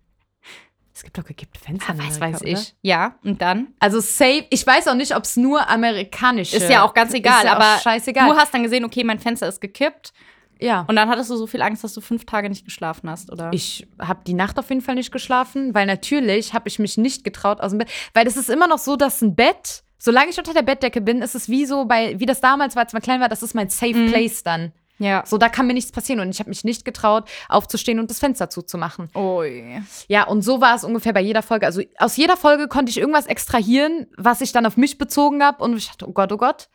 S2: Es gibt doch gekippte Fenster. in
S1: was
S2: Amerika,
S1: weiß ich.
S2: oder?
S1: Ja, und dann?
S2: Also safe, ich weiß auch nicht, ob es nur amerikanisch
S1: Ist ja auch ganz egal,
S2: ist ja auch
S1: aber
S2: scheißegal.
S1: du hast dann gesehen, okay, mein Fenster ist gekippt.
S2: ja.
S1: Und dann hattest du so viel Angst, dass du fünf Tage nicht geschlafen hast, oder?
S2: Ich habe die Nacht auf jeden Fall nicht geschlafen, weil natürlich habe ich mich nicht getraut aus dem Bett, weil das ist immer noch so, dass ein Bett, solange ich unter der Bettdecke bin, ist es wie so bei wie das damals war, als man klein war, das ist mein safe place dann.
S1: ja.
S2: So da kann mir nichts passieren und ich habe mich nicht getraut aufzustehen und das Fenster zuzumachen.
S1: Ui.
S2: Ja, und so war es ungefähr bei jeder Folge. Also aus jeder Folge konnte ich irgendwas extrahieren, was ich dann auf mich bezogen habe. Und ich dachte, oh Gott, oh Gott.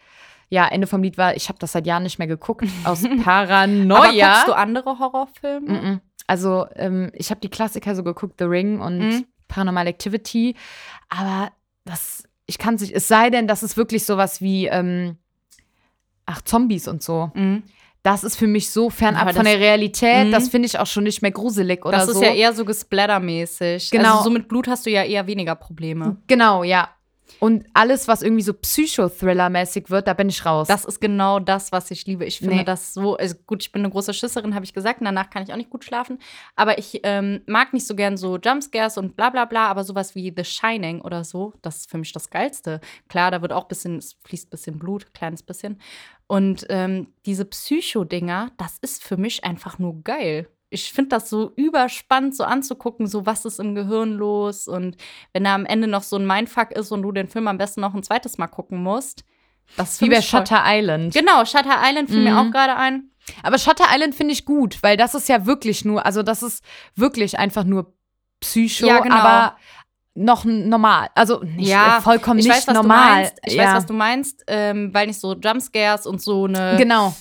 S2: Ja, Ende vom Lied war, ich habe das seit Jahren nicht mehr geguckt. Aus
S1: Aber
S2: Paranoia.
S1: guckst du andere Horrorfilme?
S2: Mhm. Also ähm, ich habe die Klassiker so geguckt, The Ring und
S1: Mhm.
S2: Paranormal Activity. Aber das, ich kann es nicht, es sei denn, das ist wirklich sowas wie, ähm, ach, Zombies und so.
S1: Mhm.
S2: Das ist für mich so fernab
S1: Aber
S2: von
S1: das-
S2: der Realität.
S1: Mhm.
S2: Das finde ich auch schon nicht mehr gruselig oder
S1: Das
S2: so.
S1: ist ja eher so gesplattermäßig.
S2: Genau.
S1: Also so mit Blut hast du ja eher weniger Probleme.
S2: Genau, ja. Und alles, was irgendwie so Psychothriller-mäßig wird, da bin ich raus.
S1: Das ist genau das, was ich liebe. Ich finde
S2: Nee.
S1: das so, also gut, ich bin eine große Schisserin, habe ich gesagt, und danach kann ich auch nicht gut schlafen. Aber ich ähm, mag nicht so gern so Jumpscares und bla bla bla, aber sowas wie The Shining oder so, das ist für mich das Geilste. Klar, da wird auch ein bisschen, es fließt ein bisschen Blut, kleines bisschen. Und ähm, diese Psycho-Dinger, das ist für mich einfach nur geil. Ich finde das so überspannend, so anzugucken, so was ist im Gehirn los und wenn da am Ende noch so ein Mindfuck ist und du den Film am besten noch ein zweites Mal gucken musst. Das ist für
S2: wie bei
S1: mich toll.
S2: Shutter Island.
S1: Genau, Shutter Island fiel
S2: Mhm.
S1: mir auch gerade ein.
S2: Aber Shutter Island finde ich gut, weil das ist ja wirklich nur, also das ist wirklich einfach nur Psycho,
S1: Ja, genau.
S2: aber noch n- normal. Also nicht
S1: Ja,
S2: äh, vollkommen
S1: Ich
S2: nicht
S1: weiß, was du
S2: normal.
S1: meinst. Ich
S2: ja.
S1: weiß, was du meinst, ähm, weil nicht so Jumpscares und so eine,
S2: Genau.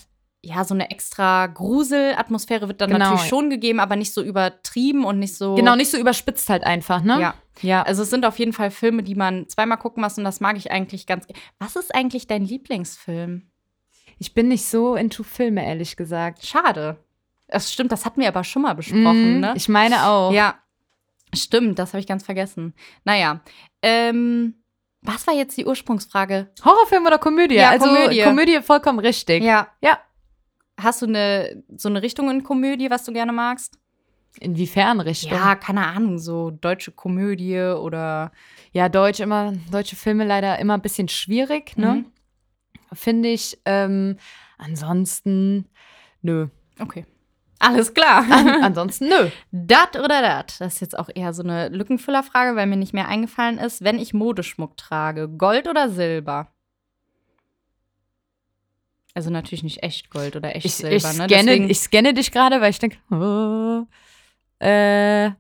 S1: ja, so eine extra Gruselatmosphäre wird dann
S2: Genau.
S1: natürlich schon gegeben, aber nicht so übertrieben und nicht so.
S2: Genau, nicht so überspitzt halt einfach, ne?
S1: Ja.
S2: Ja.
S1: Also es sind auf jeden Fall Filme, die man zweimal gucken muss und das mag ich eigentlich ganz. Was ist eigentlich dein Lieblingsfilm?
S2: Ich bin nicht so into Filme, ehrlich gesagt.
S1: Schade. Das stimmt, das hatten wir aber schon mal besprochen,
S2: Mhm,
S1: ne?
S2: Ich meine auch.
S1: Ja, stimmt, das habe ich ganz vergessen. Naja, ähm, was war jetzt die Ursprungsfrage?
S2: Horrorfilm oder Komödie?
S1: Ja,
S2: also
S1: Komödie.
S2: Komödie vollkommen richtig.
S1: Ja,
S2: ja.
S1: Hast du eine, so eine Richtung in Komödie, was du gerne magst?
S2: Inwiefern richtig?
S1: keine Ahnung, so deutsche Komödie oder.
S2: Ja, Deutsch immer, deutsche Filme leider immer ein bisschen schwierig, ne?
S1: Mhm.
S2: Finde ich. Ähm, ansonsten, nö.
S1: Okay. Alles klar.
S2: An, ansonsten, nö.
S1: dat oder dat? Das ist jetzt auch eher so eine Lückenfüllerfrage, weil mir nicht mehr eingefallen ist. Wenn ich Modeschmuck trage, Gold oder Silber? Also natürlich nicht echt Gold oder echt
S2: Ich,
S1: Silber,
S2: ich,
S1: ne?
S2: scanne,
S1: Deswegen-
S2: ich scanne dich gerade, weil ich denke, oh, äh,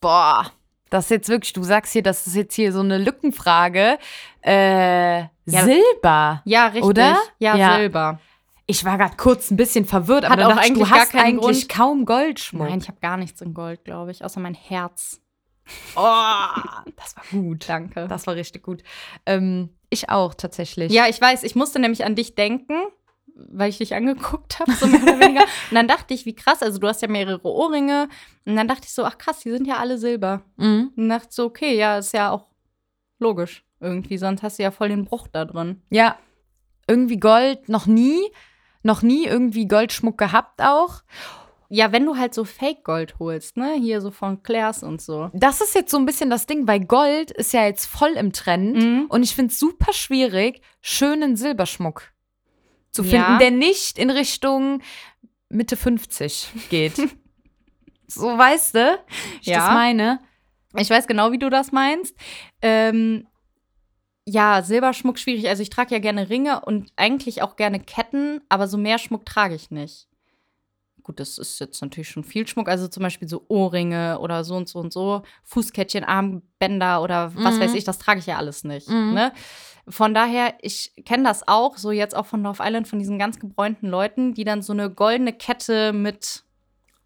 S2: boah, das ist jetzt wirklich, du sagst hier, das ist jetzt hier so eine Lückenfrage. Äh, Silber.
S1: ja, richtig.
S2: Oder?
S1: Ja,
S2: Ja.
S1: Silber.
S2: Ich war gerade kurz ein bisschen verwirrt, aber
S1: Hat
S2: dann
S1: auch
S2: dachte ich, du
S1: eigentlich gar
S2: hast
S1: keinen
S2: eigentlich
S1: Grund.
S2: kaum Goldschmuck.
S1: Nein, ich habe gar nichts in Gold, glaube ich, außer mein Herz.
S2: Oh, das war gut.
S1: Danke.
S2: Das war richtig gut. Ähm, ich auch tatsächlich.
S1: Ja, ich weiß. Ich musste nämlich an dich denken, weil ich dich angeguckt habe, so mehr oder weniger. Und dann dachte ich, wie krass. Also, du hast ja mehrere Ohrringe. Und dann dachte ich so, ach krass, die sind ja alle Silber.
S2: Mhm.
S1: Und dachte so, okay, ja, ist ja auch logisch irgendwie. Sonst hast du ja voll den Bruch da drin.
S2: Ja. Irgendwie Gold noch nie, noch nie irgendwie Goldschmuck gehabt auch.
S1: Ja, wenn du halt so Fake-Gold holst, ne? Hier so von Claire's und so.
S2: Das ist jetzt so ein bisschen das Ding, weil Gold ist ja jetzt voll im Trend
S1: Mhm.
S2: und ich finde es super schwierig, schönen Silberschmuck zu
S1: Ja.
S2: finden, der nicht in Richtung Mitte 50 geht. so weißt du, wie ich
S1: Ja.
S2: das meine.
S1: Ich weiß genau, wie du das meinst. Ähm, ja, Silberschmuck schwierig. Also ich trage ja gerne Ringe und eigentlich auch gerne Ketten, aber so mehr Schmuck trage ich nicht. Gut, das ist jetzt natürlich schon viel Schmuck. Also zum Beispiel so Ohrringe oder so und so und so, Fußkettchen, Armbänder oder was
S2: Mhm.
S1: weiß ich, das trage ich ja alles nicht.
S2: Mhm.
S1: Ne? Von daher, ich kenne das auch, so jetzt auch von Love Island, von diesen ganz gebräunten Leuten, die dann so eine goldene Kette mit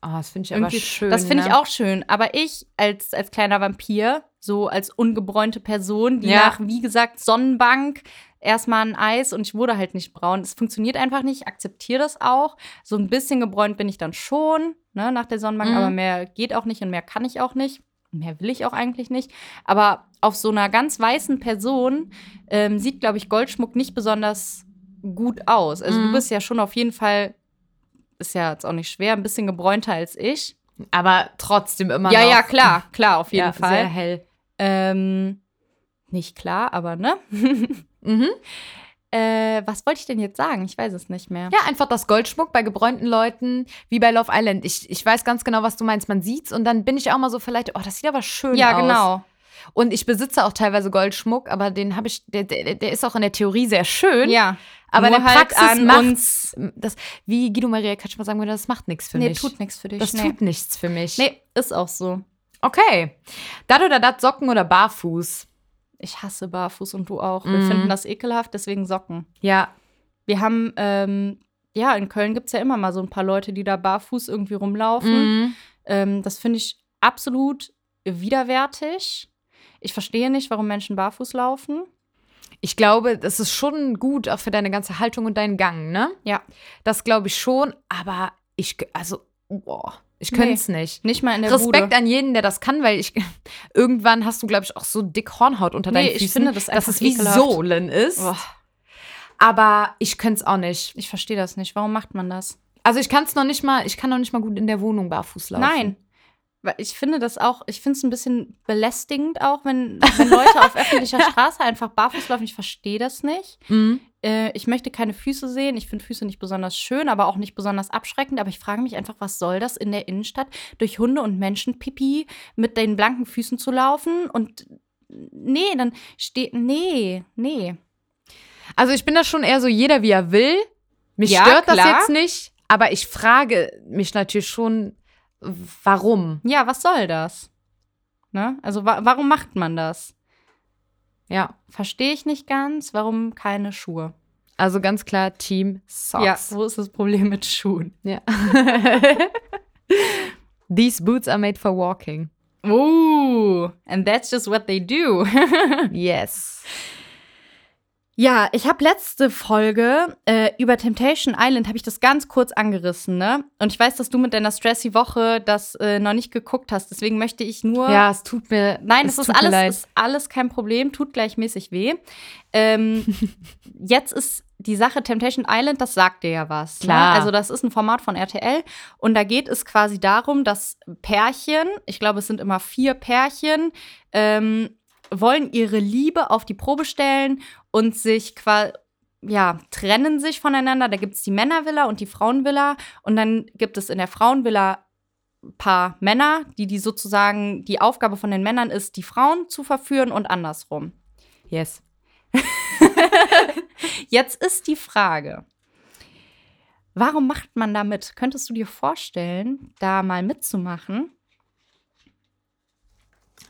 S2: Ah, das finde ich aber
S1: Irgendwie,
S2: schön.
S1: das finde ich
S2: ne?
S1: auch schön. Aber ich als, als kleiner Vampir, so als ungebräunte Person, die
S2: Ja.
S1: nach, wie gesagt, Sonnenbank, erstmal ein Eis und ich wurde halt nicht braun. Es funktioniert einfach nicht, ich akzeptiere das auch. So ein bisschen gebräunt bin ich dann schon, ne, nach der Sonnenbank,
S2: Mhm.
S1: aber mehr geht auch nicht und mehr kann ich auch nicht. Mehr will ich auch eigentlich nicht. Aber auf so einer ganz weißen Person ähm, sieht, glaube ich, Goldschmuck nicht besonders gut aus. Also du
S2: Mhm.
S1: bist ja schon auf jeden Fall, ist ja jetzt auch nicht schwer, ein bisschen gebräunter als ich.
S2: Aber trotzdem immer
S1: Ja,
S2: noch.
S1: ja, klar, klar, auf jeden
S2: ja, Sehr
S1: Fall.
S2: hell.
S1: Ähm, nicht klar, aber ne?
S2: Mhm.
S1: Äh, was wollte ich denn jetzt sagen? Ich weiß es nicht mehr.
S2: Ja, einfach das Goldschmuck bei gebräunten Leuten, wie bei Love Island. Ich, ich weiß ganz genau, was du meinst. Man sieht's und dann bin ich auch mal so vielleicht, oh, das sieht aber schön aus.
S1: Ja, genau.
S2: Und ich besitze auch teilweise Goldschmuck, aber den habe ich, der, der, der ist auch in der Theorie sehr schön.
S1: Ja.
S2: aber in
S1: Nur
S2: der
S1: halt
S2: Praxis
S1: an
S2: macht's-
S1: uns-
S2: Das, wie Guido Maria Kretschmer sagen würde, das macht nichts für
S1: nee,
S2: mich.
S1: tut nichts für dich.
S2: das
S1: nee.
S2: tut nichts für mich.
S1: nee, ist auch so.
S2: Okay. Dat oder dat, Socken oder Barfuß?
S1: Ich hasse Barfuß und du auch. Wir
S2: Mhm.
S1: finden das ekelhaft, deswegen Socken.
S2: Ja.
S1: Wir haben, ähm, ja, in Köln gibt es ja immer mal so ein paar Leute, die da barfuß irgendwie rumlaufen.
S2: Mhm.
S1: Ähm, das finde ich absolut widerwärtig. Ich verstehe nicht, warum Menschen barfuß laufen.
S2: Ich glaube, das ist schon gut, auch für deine ganze Haltung und deinen Gang, ne?
S1: Ja.
S2: Das glaube ich schon, aber ich, g- also, boah, ich könnte es nicht.
S1: Nicht mal in der
S2: Respekt
S1: Bude.
S2: an jeden, der das kann, weil ich irgendwann hast du, glaube ich, auch so dick Hornhaut unter
S1: Nee,
S2: deinen
S1: ich
S2: Füßen,
S1: finde das
S2: dass
S1: einfach
S2: es wie
S1: ekelhaft.
S2: Sohlen ist.
S1: Boah,
S2: Aber ich könnte es auch nicht.
S1: ich verstehe das nicht. Warum macht man das?
S2: Also ich kann es noch nicht mal, ich kann noch nicht mal gut in der Wohnung barfuß laufen.
S1: Nein. Weil Ich finde das auch, ich finde es ein bisschen belästigend auch, wenn, wenn Leute auf öffentlicher Straße einfach barfuß laufen. Ich verstehe das nicht.
S2: Mhm.
S1: Äh, ich möchte keine Füße sehen. Ich finde Füße nicht besonders schön, aber auch nicht besonders abschreckend. Aber ich frage mich einfach, was soll das in der Innenstadt durch Hunde und Menschenpipi mit den blanken Füßen zu laufen? Und nee, dann steht, nee, nee.
S2: Also ich bin da schon eher so jeder, wie er will. Mich
S1: Ja,
S2: stört das
S1: klar.
S2: jetzt nicht, aber ich frage mich natürlich schon, warum?
S1: Ja, was soll das? Ne? Also wa warum macht man das?
S2: Ja.
S1: Verstehe ich nicht ganz. Warum keine Schuhe?
S2: Also ganz klar Team Socks.
S1: Ja, wo ist das Problem mit Schuhen?
S2: Ja. These boots are made for walking.
S1: Ooh, Uh, and that's just what they do.
S2: Hm. Yes.
S1: Ja, ich habe letzte Folge äh, über Temptation Island habe ich das ganz kurz angerissen, ne? Und ich weiß, dass du mit deiner stressy Woche das äh, noch nicht geguckt hast, deswegen möchte ich nur
S2: Ja, es tut mir
S1: Nein, es ist
S2: tut mir
S1: alles,
S2: leid.
S1: ist alles kein Problem, tut gleichmäßig weh. Ähm, jetzt ist die Sache Temptation Island, das sagt dir ja was.
S2: Klar.
S1: Ne? Also das ist ein Format von RTL und da geht es quasi darum, dass Pärchen, ich glaube es sind immer vier Pärchen, ähm, wollen ihre Liebe auf die Probe stellen und sich quasi ja, trennen sich voneinander. Da gibt es die Männervilla und die Frauenvilla. Und dann gibt es in der Frauenvilla paar Männer, die, die sozusagen die Aufgabe von den Männern ist, die Frauen zu verführen und andersrum.
S2: Yes.
S1: Jetzt ist die Frage, warum macht man da mit? Könntest du dir vorstellen, da mal mitzumachen?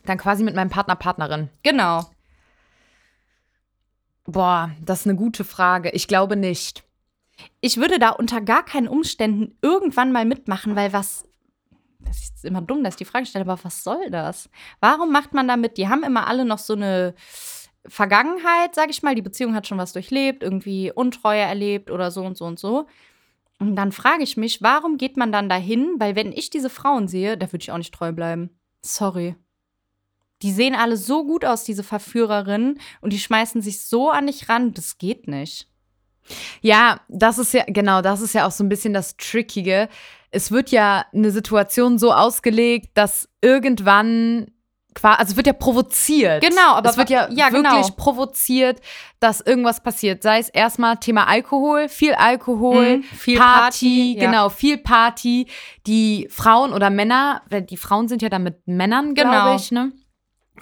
S2: Dann quasi mit meinem Partner, Partnerin.
S1: Genau.
S2: Boah, das ist eine gute Frage. Ich glaube nicht.
S1: Ich würde da unter gar keinen Umständen irgendwann mal mitmachen, weil was. Das ist immer dumm, dass ich die Frage stelle, aber was soll das? Warum macht man da mit? Die haben immer alle noch so eine Vergangenheit, sag ich mal. Die Beziehung hat schon was durchlebt, irgendwie Untreue erlebt oder so und so und so. Und dann frage ich mich, warum geht man dann dahin? Weil wenn ich diese Frauen sehe, da würde ich auch nicht treu bleiben. Sorry. Die sehen alle so gut aus, diese Verführerinnen, und die schmeißen sich so an dich ran. Das geht nicht.
S2: Ja, das ist ja, genau, das ist ja auch so ein bisschen das Trickige. Es wird ja eine Situation so ausgelegt, dass irgendwann, qua- also es wird ja provoziert.
S1: Genau, aber
S2: es wird ja,
S1: ja,
S2: wirklich
S1: genau.
S2: provoziert, dass irgendwas passiert. Sei es erstmal Thema Alkohol, viel Alkohol,
S1: Mhm, viel Party,
S2: Party,
S1: ja.
S2: genau, viel Party. Die Frauen oder Männer, weil die Frauen sind ja dann mit Männern, glaube
S1: Genau.
S2: ich, ne?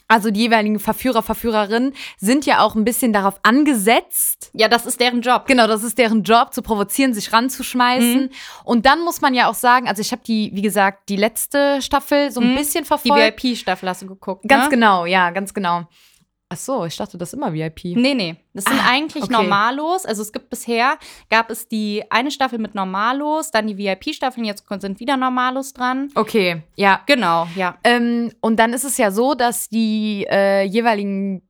S2: Also die jeweiligen Verführer, Verführerinnen sind ja auch ein bisschen darauf angesetzt,
S1: Ja, das ist deren Job.
S2: Genau, das ist deren Job, zu provozieren, sich ranzuschmeißen.
S1: Mhm.
S2: Und dann muss man ja auch sagen, also ich habe die, wie gesagt, die letzte Staffel so ein
S1: Mhm.
S2: bisschen
S1: Die
S2: verfolgt.
S1: VIP-Staffel hast du geguckt.
S2: Ganz
S1: ne?
S2: genau, ja, ganz genau. Ach so, ich dachte, das ist immer VIP.
S1: Nee, nee. Das sind eigentlich
S2: okay.
S1: Normalos. Also es gibt bisher, gab es die eine Staffel mit Normalos, dann die VIP-Staffeln, jetzt sind wieder Normalos dran.
S2: Okay, ja.
S1: Genau, ja.
S2: Ähm, und dann ist es ja so, dass die äh, jeweiligen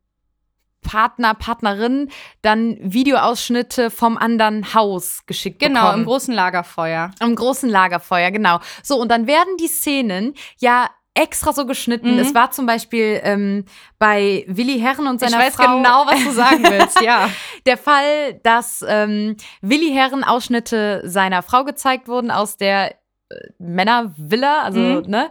S2: Partner, Partnerinnen dann Videoausschnitte vom anderen Haus geschickt
S1: Genau, im
S2: bekommen.
S1: großen Lagerfeuer.
S2: Am großen Lagerfeuer, genau. So, und dann werden die Szenen ja extra so geschnitten.
S1: Mhm.
S2: Es war zum Beispiel ähm, bei Willi Herren und seiner
S1: ich weiß
S2: Frau
S1: genau, was du sagen willst, ja.
S2: der Fall, dass ähm, Willi Herren Ausschnitte seiner Frau gezeigt wurden aus der äh, Männervilla, also,
S1: Mhm.
S2: ne?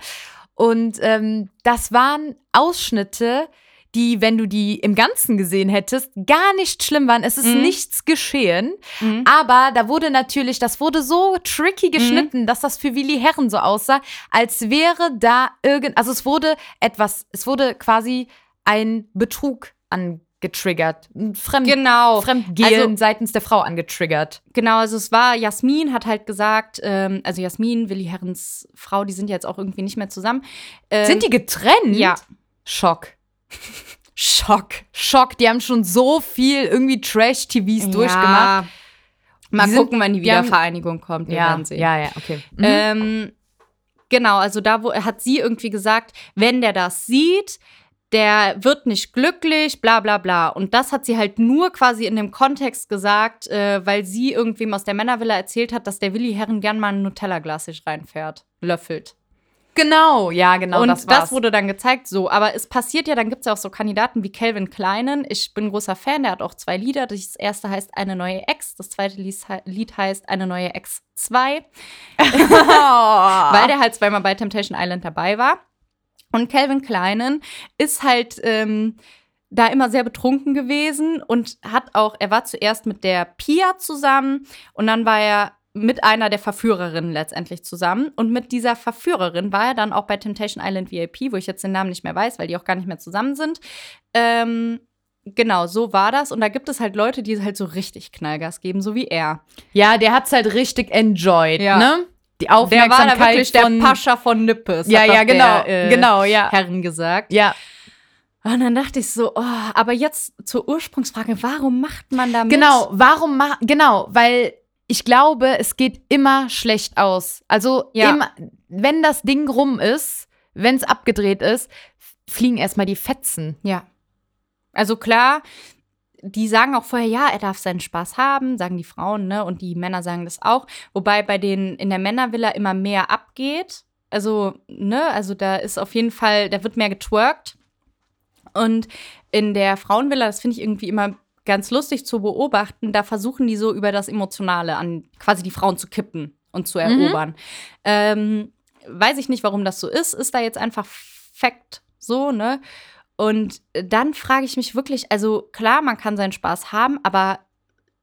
S2: Und ähm, das waren Ausschnitte, die, wenn du die im Ganzen gesehen hättest, gar nicht schlimm waren. Es ist
S1: Mhm.
S2: nichts geschehen.
S1: Mhm.
S2: Aber da wurde natürlich, das wurde so tricky geschnitten, dass das für Willi Herren so aussah, als wäre da irgend, also es wurde etwas, es wurde quasi ein Betrug angetriggert, ein Fremd,
S1: Genau.
S2: Fremdgehen
S1: Also-
S2: seitens der Frau angetriggert.
S1: Genau, also es war, Jasmin hat halt gesagt, ähm, also Jasmin, Willi Herrens Frau, die sind ja jetzt auch irgendwie nicht mehr zusammen. Ähm,
S2: Sind die getrennt?
S1: Ja.
S2: Schock. Schock. Schock. Die haben schon so viel irgendwie Trash-TVs
S1: Ja.
S2: durchgemacht.
S1: Mal
S2: Die sind-
S1: gucken, wann die
S2: die haben-
S1: Wiedervereinigung kommt. Wir werden sehen.
S2: ja, ja, okay. Mhm.
S1: Ähm, genau, also da wo, hat sie irgendwie gesagt, wenn der das sieht, der wird nicht glücklich, bla bla bla. Und das hat sie halt nur quasi in dem Kontext gesagt, äh, weil sie irgendwem aus der Männervilla erzählt hat, dass der Willi Herren gern mal ein Nutella-Glas sich reinfährt, löffelt.
S2: genau, ja, genau.
S1: Und
S2: das,
S1: das,
S2: war's.
S1: wurde dann gezeigt so. Aber es passiert ja, dann gibt es ja auch so Kandidaten wie Calvin Kleinen. Ich bin großer Fan, der hat auch zwei Lieder. Das erste heißt Eine neue Ex, das zweite Lies- Lied heißt Eine neue Ex 2 Oh.
S2: Ah.
S1: weil der halt zweimal bei Temptation Island dabei war. Und Calvin Kleinen ist halt ähm, da immer sehr betrunken gewesen und hat auch, er war zuerst mit der Pia zusammen und dann war er mit einer der Verführerinnen letztendlich zusammen. Und mit dieser Verführerin war er dann auch bei Temptation Island VIP, wo ich jetzt den Namen nicht mehr weiß, weil die auch gar nicht mehr zusammen sind. Ähm, genau, so war das. Und da gibt es halt Leute, die halt so richtig Knallgas geben, so wie er.
S2: ja, der hat's halt richtig enjoyed,
S1: Ja.
S2: ne? Die
S1: Der war da
S2: Aufmerksamkeit
S1: wirklich der
S2: von
S1: Pascha von Nippes.
S2: Ja,
S1: hat
S2: ja,
S1: doch
S2: genau,
S1: der, äh,
S2: genau, ja.
S1: Herren gesagt.
S2: Ja,
S1: Und dann dachte ich so, oh, aber jetzt zur Ursprungsfrage, warum macht man da mit?
S2: genau. Warum ma Genau, weil ich glaube, es geht immer schlecht aus. Also,
S1: Ja.
S2: immer, wenn das Ding rum ist, wenn es abgedreht ist, fliegen erstmal die Fetzen.
S1: Ja. Also klar, die sagen auch vorher, ja, er darf seinen Spaß haben, sagen die Frauen, ne? Und die Männer sagen das auch. Wobei bei denen in der Männervilla immer mehr abgeht. Also, ne, also da ist auf jeden Fall, da wird mehr getwerkt. Und in der Frauenvilla, das finde ich irgendwie immer ganz lustig zu beobachten, da versuchen die so über das Emotionale an quasi die Frauen zu kippen und zu erobern. Ähm, weiß ich nicht, warum das so ist, ist da jetzt einfach Fact so, ne? Und dann frage ich mich wirklich, also klar, man kann seinen Spaß haben, aber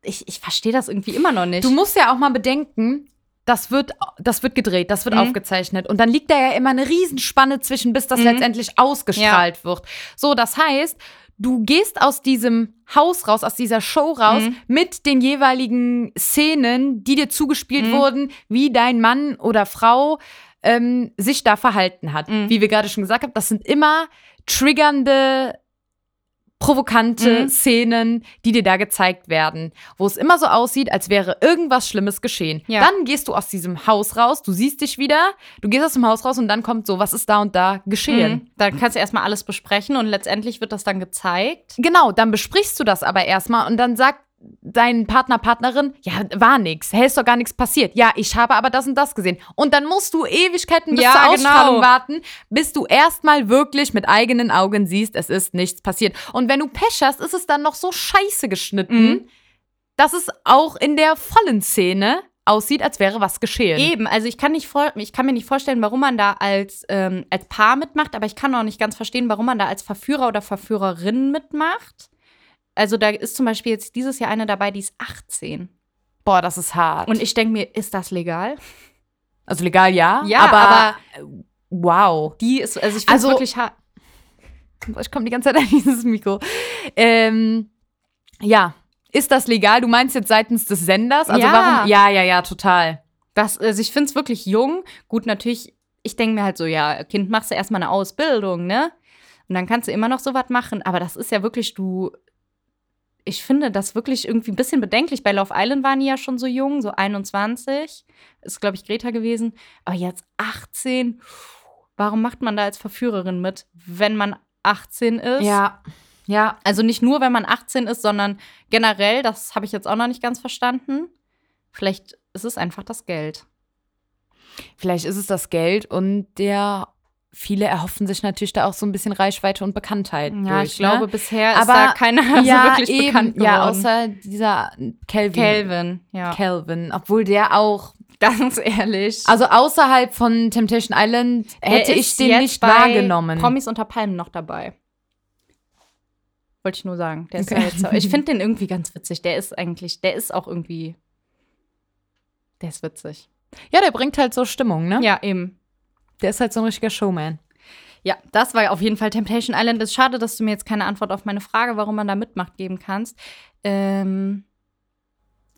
S1: ich, ich verstehe das irgendwie immer noch nicht.
S2: Du musst ja auch mal bedenken, das wird, das wird gedreht, das wird
S1: Mhm.
S2: aufgezeichnet. Und dann liegt da ja immer eine Riesenspanne zwischen, bis das
S1: Mhm.
S2: letztendlich ausgestrahlt wird. So, das heißt, du gehst aus diesem Haus raus, aus dieser Show raus,
S1: Mhm.
S2: mit den jeweiligen Szenen, die dir zugespielt
S1: Mhm.
S2: wurden, wie dein Mann oder Frau ähm, sich da verhalten hat.
S1: Mhm.
S2: Wie wir gerade schon gesagt haben, das sind immer triggernde provokante
S1: Mhm.
S2: Szenen, die dir da gezeigt werden, wo es immer so aussieht, als wäre irgendwas Schlimmes geschehen.
S1: Ja.
S2: Dann gehst du aus diesem Haus raus, du siehst dich wieder, du gehst aus dem Haus raus und dann kommt so, was ist da und da geschehen.
S1: Mhm. Dann kannst du erstmal alles besprechen und letztendlich wird das dann gezeigt.
S2: Genau, dann besprichst du das aber erstmal und dann sagt dein Partner, Partnerin, ja, war nix, hä, ist doch gar nichts passiert. Ja, ich habe aber das und das gesehen. Und dann musst du Ewigkeiten bis
S1: Ja,
S2: zur
S1: genau.
S2: Ausstrahlung warten, bis du erstmal wirklich mit eigenen Augen siehst, es ist nichts passiert. Und wenn du Pech hast, ist es dann noch so scheiße geschnitten,
S1: Mhm.
S2: dass es auch in der vollen Szene aussieht, als wäre was geschehen.
S1: Eben, also ich kann, nicht vor, ich kann mir nicht vorstellen, warum man da als, ähm, als Paar mitmacht, aber ich kann auch nicht ganz verstehen, warum man da als Verführer oder Verführerin mitmacht. Also da ist zum Beispiel jetzt dieses Jahr eine dabei, die ist 18.
S2: Boah, das ist hart.
S1: Und ich denke mir, ist das legal?
S2: also legal ja,
S1: Ja,
S2: aber, äh,
S1: aber-
S2: wow.
S1: Die ist, also ich finde es
S2: Also-
S1: wirklich hart.
S2: Ich komme die ganze Zeit an dieses Mikro. Ähm, ja, ist das legal? Du meinst jetzt seitens des Senders? Also
S1: Ja.
S2: warum? Ja, ja, ja, total.
S1: Das, also ich finde es wirklich jung. Gut, natürlich, ich denke mir halt so, ja, Kind, machst du erstmal eine Ausbildung, ne? Und dann kannst du immer noch sowas machen. Aber das ist ja wirklich, du. Ich finde das wirklich irgendwie ein bisschen bedenklich. Bei Love Island waren die ja schon so jung, so 21. Ist, glaube ich, Greta gewesen. Aber jetzt 18. Warum macht man da als Verführerin mit, wenn man 18 ist?
S2: Ja. Ja.
S1: Also nicht nur, wenn man 18 ist, sondern generell, das habe ich jetzt auch noch nicht ganz verstanden. Vielleicht ist es einfach das Geld.
S2: Vielleicht ist es das Geld und der. Viele erhoffen sich natürlich da auch so ein bisschen Reichweite und Bekanntheit.
S1: Ja,
S2: durch,
S1: ich glaube,
S2: ne?
S1: bisher ist
S2: Aber-
S1: da keiner so wirklich bekannt geworden.
S2: Ja, außer dieser Kelvin.
S1: Calvin, ja.
S2: Calvin, obwohl der auch,
S1: Ganz ehrlich.
S2: also außerhalb von Temptation Island
S1: Er
S2: hätte ich
S1: ist
S2: den
S1: jetzt
S2: nicht
S1: bei
S2: wahrgenommen.
S1: Promis unter Palmen noch dabei. Wollte ich nur sagen. Der ist ja
S2: Okay.
S1: jetzt, ich finde den irgendwie ganz witzig. Der ist eigentlich, der ist auch irgendwie. Der ist witzig.
S2: Ja, der bringt halt so Stimmung, ne?
S1: Ja, eben.
S2: Der ist halt so ein richtiger Showman.
S1: Ja, das war auf jeden Fall Temptation Island. Es ist schade, dass du mir jetzt keine Antwort auf meine Frage, warum man da mitmacht, geben kannst. Ähm,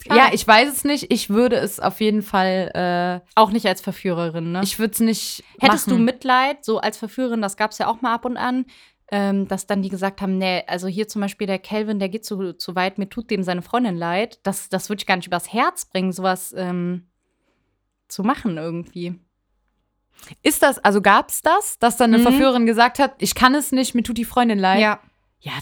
S1: schade.
S2: Ja, ich weiß es nicht. Ich würde es auf jeden Fall,
S1: auch nicht als Verführerin, ne?
S2: äh, ich würde es nicht
S1: Hättest
S2: machen.
S1: du Mitleid, so als Verführerin, das gab es ja auch mal ab und an, ähm, dass dann die gesagt haben, nee, also hier zum Beispiel der Calvin, der geht zu, zu weit, mir tut dem seine Freundin leid. Das, das würde ich gar nicht übers Herz bringen, sowas ähm, zu machen irgendwie.
S2: Ist das, also gab es das, dass dann eine
S1: Mhm.
S2: Verführerin gesagt hat, ich kann es nicht, mir tut die Freundin leid? Ja,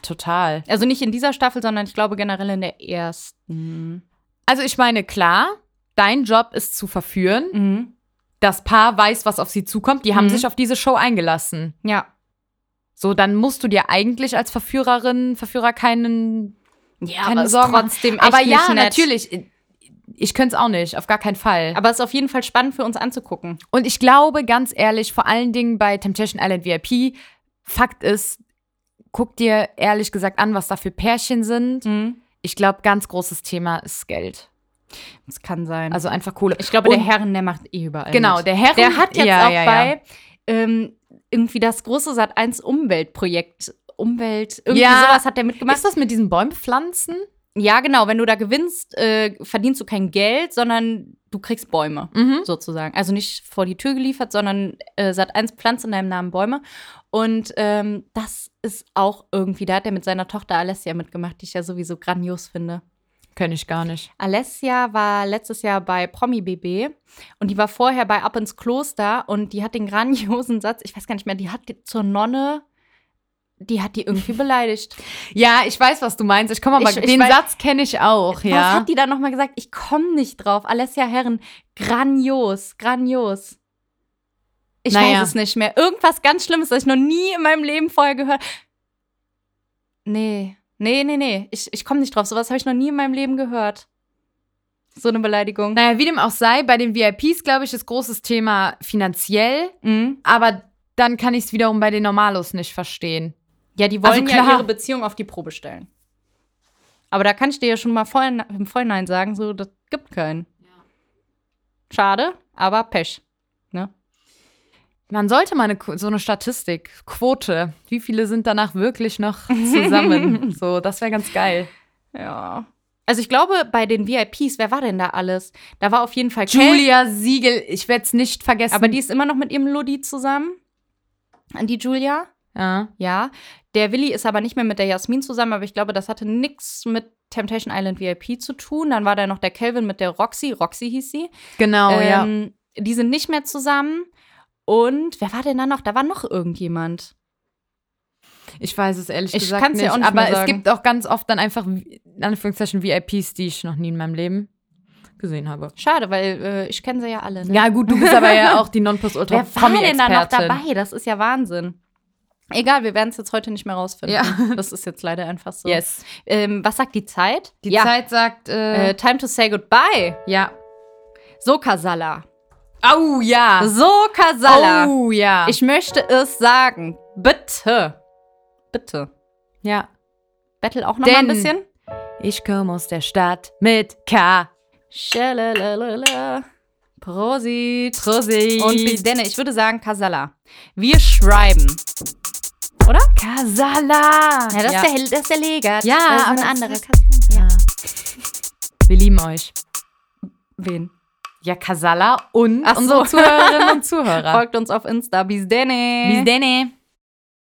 S2: total.
S1: Also nicht in dieser Staffel, sondern ich glaube generell in der ersten.
S2: Also ich meine, klar, dein Job ist zu verführen.
S1: Mhm.
S2: Das Paar weiß, was auf sie zukommt. Die haben
S1: Mhm.
S2: sich auf diese Show eingelassen.
S1: Ja.
S2: So, dann musst du dir eigentlich als Verführerin, Verführer keinen.
S1: Ja,
S2: Keine
S1: aber ist
S2: Sorgen.
S1: trotzdem echt
S2: aber ja,
S1: nicht nett.
S2: natürlich. Ich könnte es auch nicht, auf gar keinen Fall.
S1: Aber es ist auf jeden Fall spannend für uns anzugucken.
S2: Und ich glaube, ganz ehrlich, vor allen Dingen bei Temptation Island VIP, Fakt ist, guck dir ehrlich gesagt an, was da für Pärchen sind.
S1: Mhm.
S2: Ich glaube, ganz großes Thema ist Geld.
S1: Das kann sein.
S2: Also einfach Kohle.
S1: Ich glaube,
S2: Und-
S1: der Herren, der macht eh überall.
S2: Genau,
S1: mit.
S2: der Herren-
S1: Der hat jetzt
S2: Ja,
S1: auch
S2: ja, ja.
S1: bei Ähm, irgendwie das große Sat 1 Umweltprojekt. Umwelt, irgendwie
S2: Ja.
S1: sowas hat der mitgemacht.
S2: Ist das mit diesen Bäumen pflanzen?
S1: ja, genau. Wenn du da gewinnst, äh, verdienst du kein Geld, sondern du kriegst Bäume,
S2: Mhm.
S1: sozusagen. Also nicht vor die Tür geliefert, sondern äh, Sat 1 pflanzt in deinem Namen Bäume. Und ähm, das ist auch irgendwie, da hat er mit seiner Tochter Alessia mitgemacht, die ich ja sowieso grandios finde.
S2: Könnte ich gar nicht.
S1: Alessia war letztes Jahr bei Promi BB und die war vorher bei Ab ins Kloster und die hat den grandiosen Satz, ich weiß gar nicht mehr, die hat die, zur Nonne, die hat die irgendwie beleidigt.
S2: Ja, ich weiß, was du meinst. Ich komme aber,
S1: Ich- ich
S2: den
S1: weiß-
S2: Satz kenne ich auch,
S1: Was
S2: ja.
S1: hat die dann nochmal gesagt? Ich komme nicht drauf. Alessia Herren, grandios, grandios. Ich
S2: Naja.
S1: weiß es nicht mehr. Irgendwas ganz Schlimmes, das ich noch nie in meinem Leben vorher gehört Nee, nee, nee, nee. Ich, ich komme nicht drauf. Sowas habe ich noch nie in meinem Leben gehört. So eine Beleidigung.
S2: Naja, wie dem auch sei, bei den VIPs, glaube ich, ist großes Thema finanziell,
S1: Mhm.
S2: aber dann kann ich es wiederum bei den Normalos nicht verstehen.
S1: Ja, die
S2: Also
S1: wollen ja
S2: klar.
S1: ihre Beziehung auf die Probe stellen. Aber da kann ich dir ja schon mal vor, im Vorhinein sagen, so, das gibt keinen. Schade, aber Pech. Ne?
S2: Man sollte mal eine, Qu- so eine Statistik, Quote, wie viele sind danach wirklich noch zusammen? so, das wäre ganz geil.
S1: Ja. Also ich glaube, bei den VIPs, wer war denn da alles? Da war auf jeden Fall Kel-
S2: Julia Siegel, ich werde es nicht vergessen.
S1: aber die ist immer noch mit ihrem Ludi zusammen. Die Julia.
S2: ja.
S1: Ja. Der Willi ist aber nicht mehr mit der Jasmin zusammen, aber ich glaube, das hatte nichts mit Temptation Island VIP zu tun. Dann war da noch der Kelvin mit der Roxy. Roxy hieß sie.
S2: Genau, ja.
S1: ähm, Die sind nicht mehr zusammen. Und wer war denn da noch? Da war noch irgendjemand.
S2: Ich weiß es ehrlich
S1: Ich
S2: gesagt
S1: kann's dir
S2: nicht.
S1: auch nicht
S2: aber
S1: mehr
S2: es
S1: sagen.
S2: gibt auch ganz oft dann einfach, in Anführungszeichen, VIPs, die ich noch nie in meinem Leben gesehen habe.
S1: Schade, weil äh, ich kenne sie ja alle. Ne?
S2: Ja, gut, du bist aber ja auch die
S1: wer war denn da noch
S2: Nonplusultra-Promi-Expertin.
S1: dabei? Das ist ja Wahnsinn. Egal, wir werden es jetzt heute nicht mehr rausfinden.
S2: Ja.
S1: Das ist jetzt leider einfach so.
S2: Yes.
S1: Ähm, was sagt die Zeit?
S2: Die
S1: ja.
S2: Zeit sagt, äh,
S1: Äh, time to say goodbye.
S2: ja.
S1: So, Kasala.
S2: Au, ja.
S1: So, Kasala.
S2: Au, ja.
S1: Ich möchte es sagen. Bitte. Bitte.
S2: ja.
S1: Battle auch noch mal ein
S2: Denn-
S1: bisschen.
S2: Ich komme aus der Stadt mit K.
S1: Schalalalala. Prosit.
S2: Prosit.
S1: Und bis denne. Ich würde sagen Kasala. Wir schreiben. Oder?
S2: Kasala.
S1: Ja, das, Ist, der, das ist der Legat.
S2: Ja,
S1: das ist
S2: aber
S1: eine
S2: das
S1: andere
S2: ist-
S1: Kasala.
S2: Ja. Wir lieben euch.
S1: Wen?
S2: Ja, Kasala und
S1: Ach so.
S2: unsere Zuhörerinnen und Zuhörer.
S1: Folgt uns auf Insta. Bis denne.
S2: Bis denne.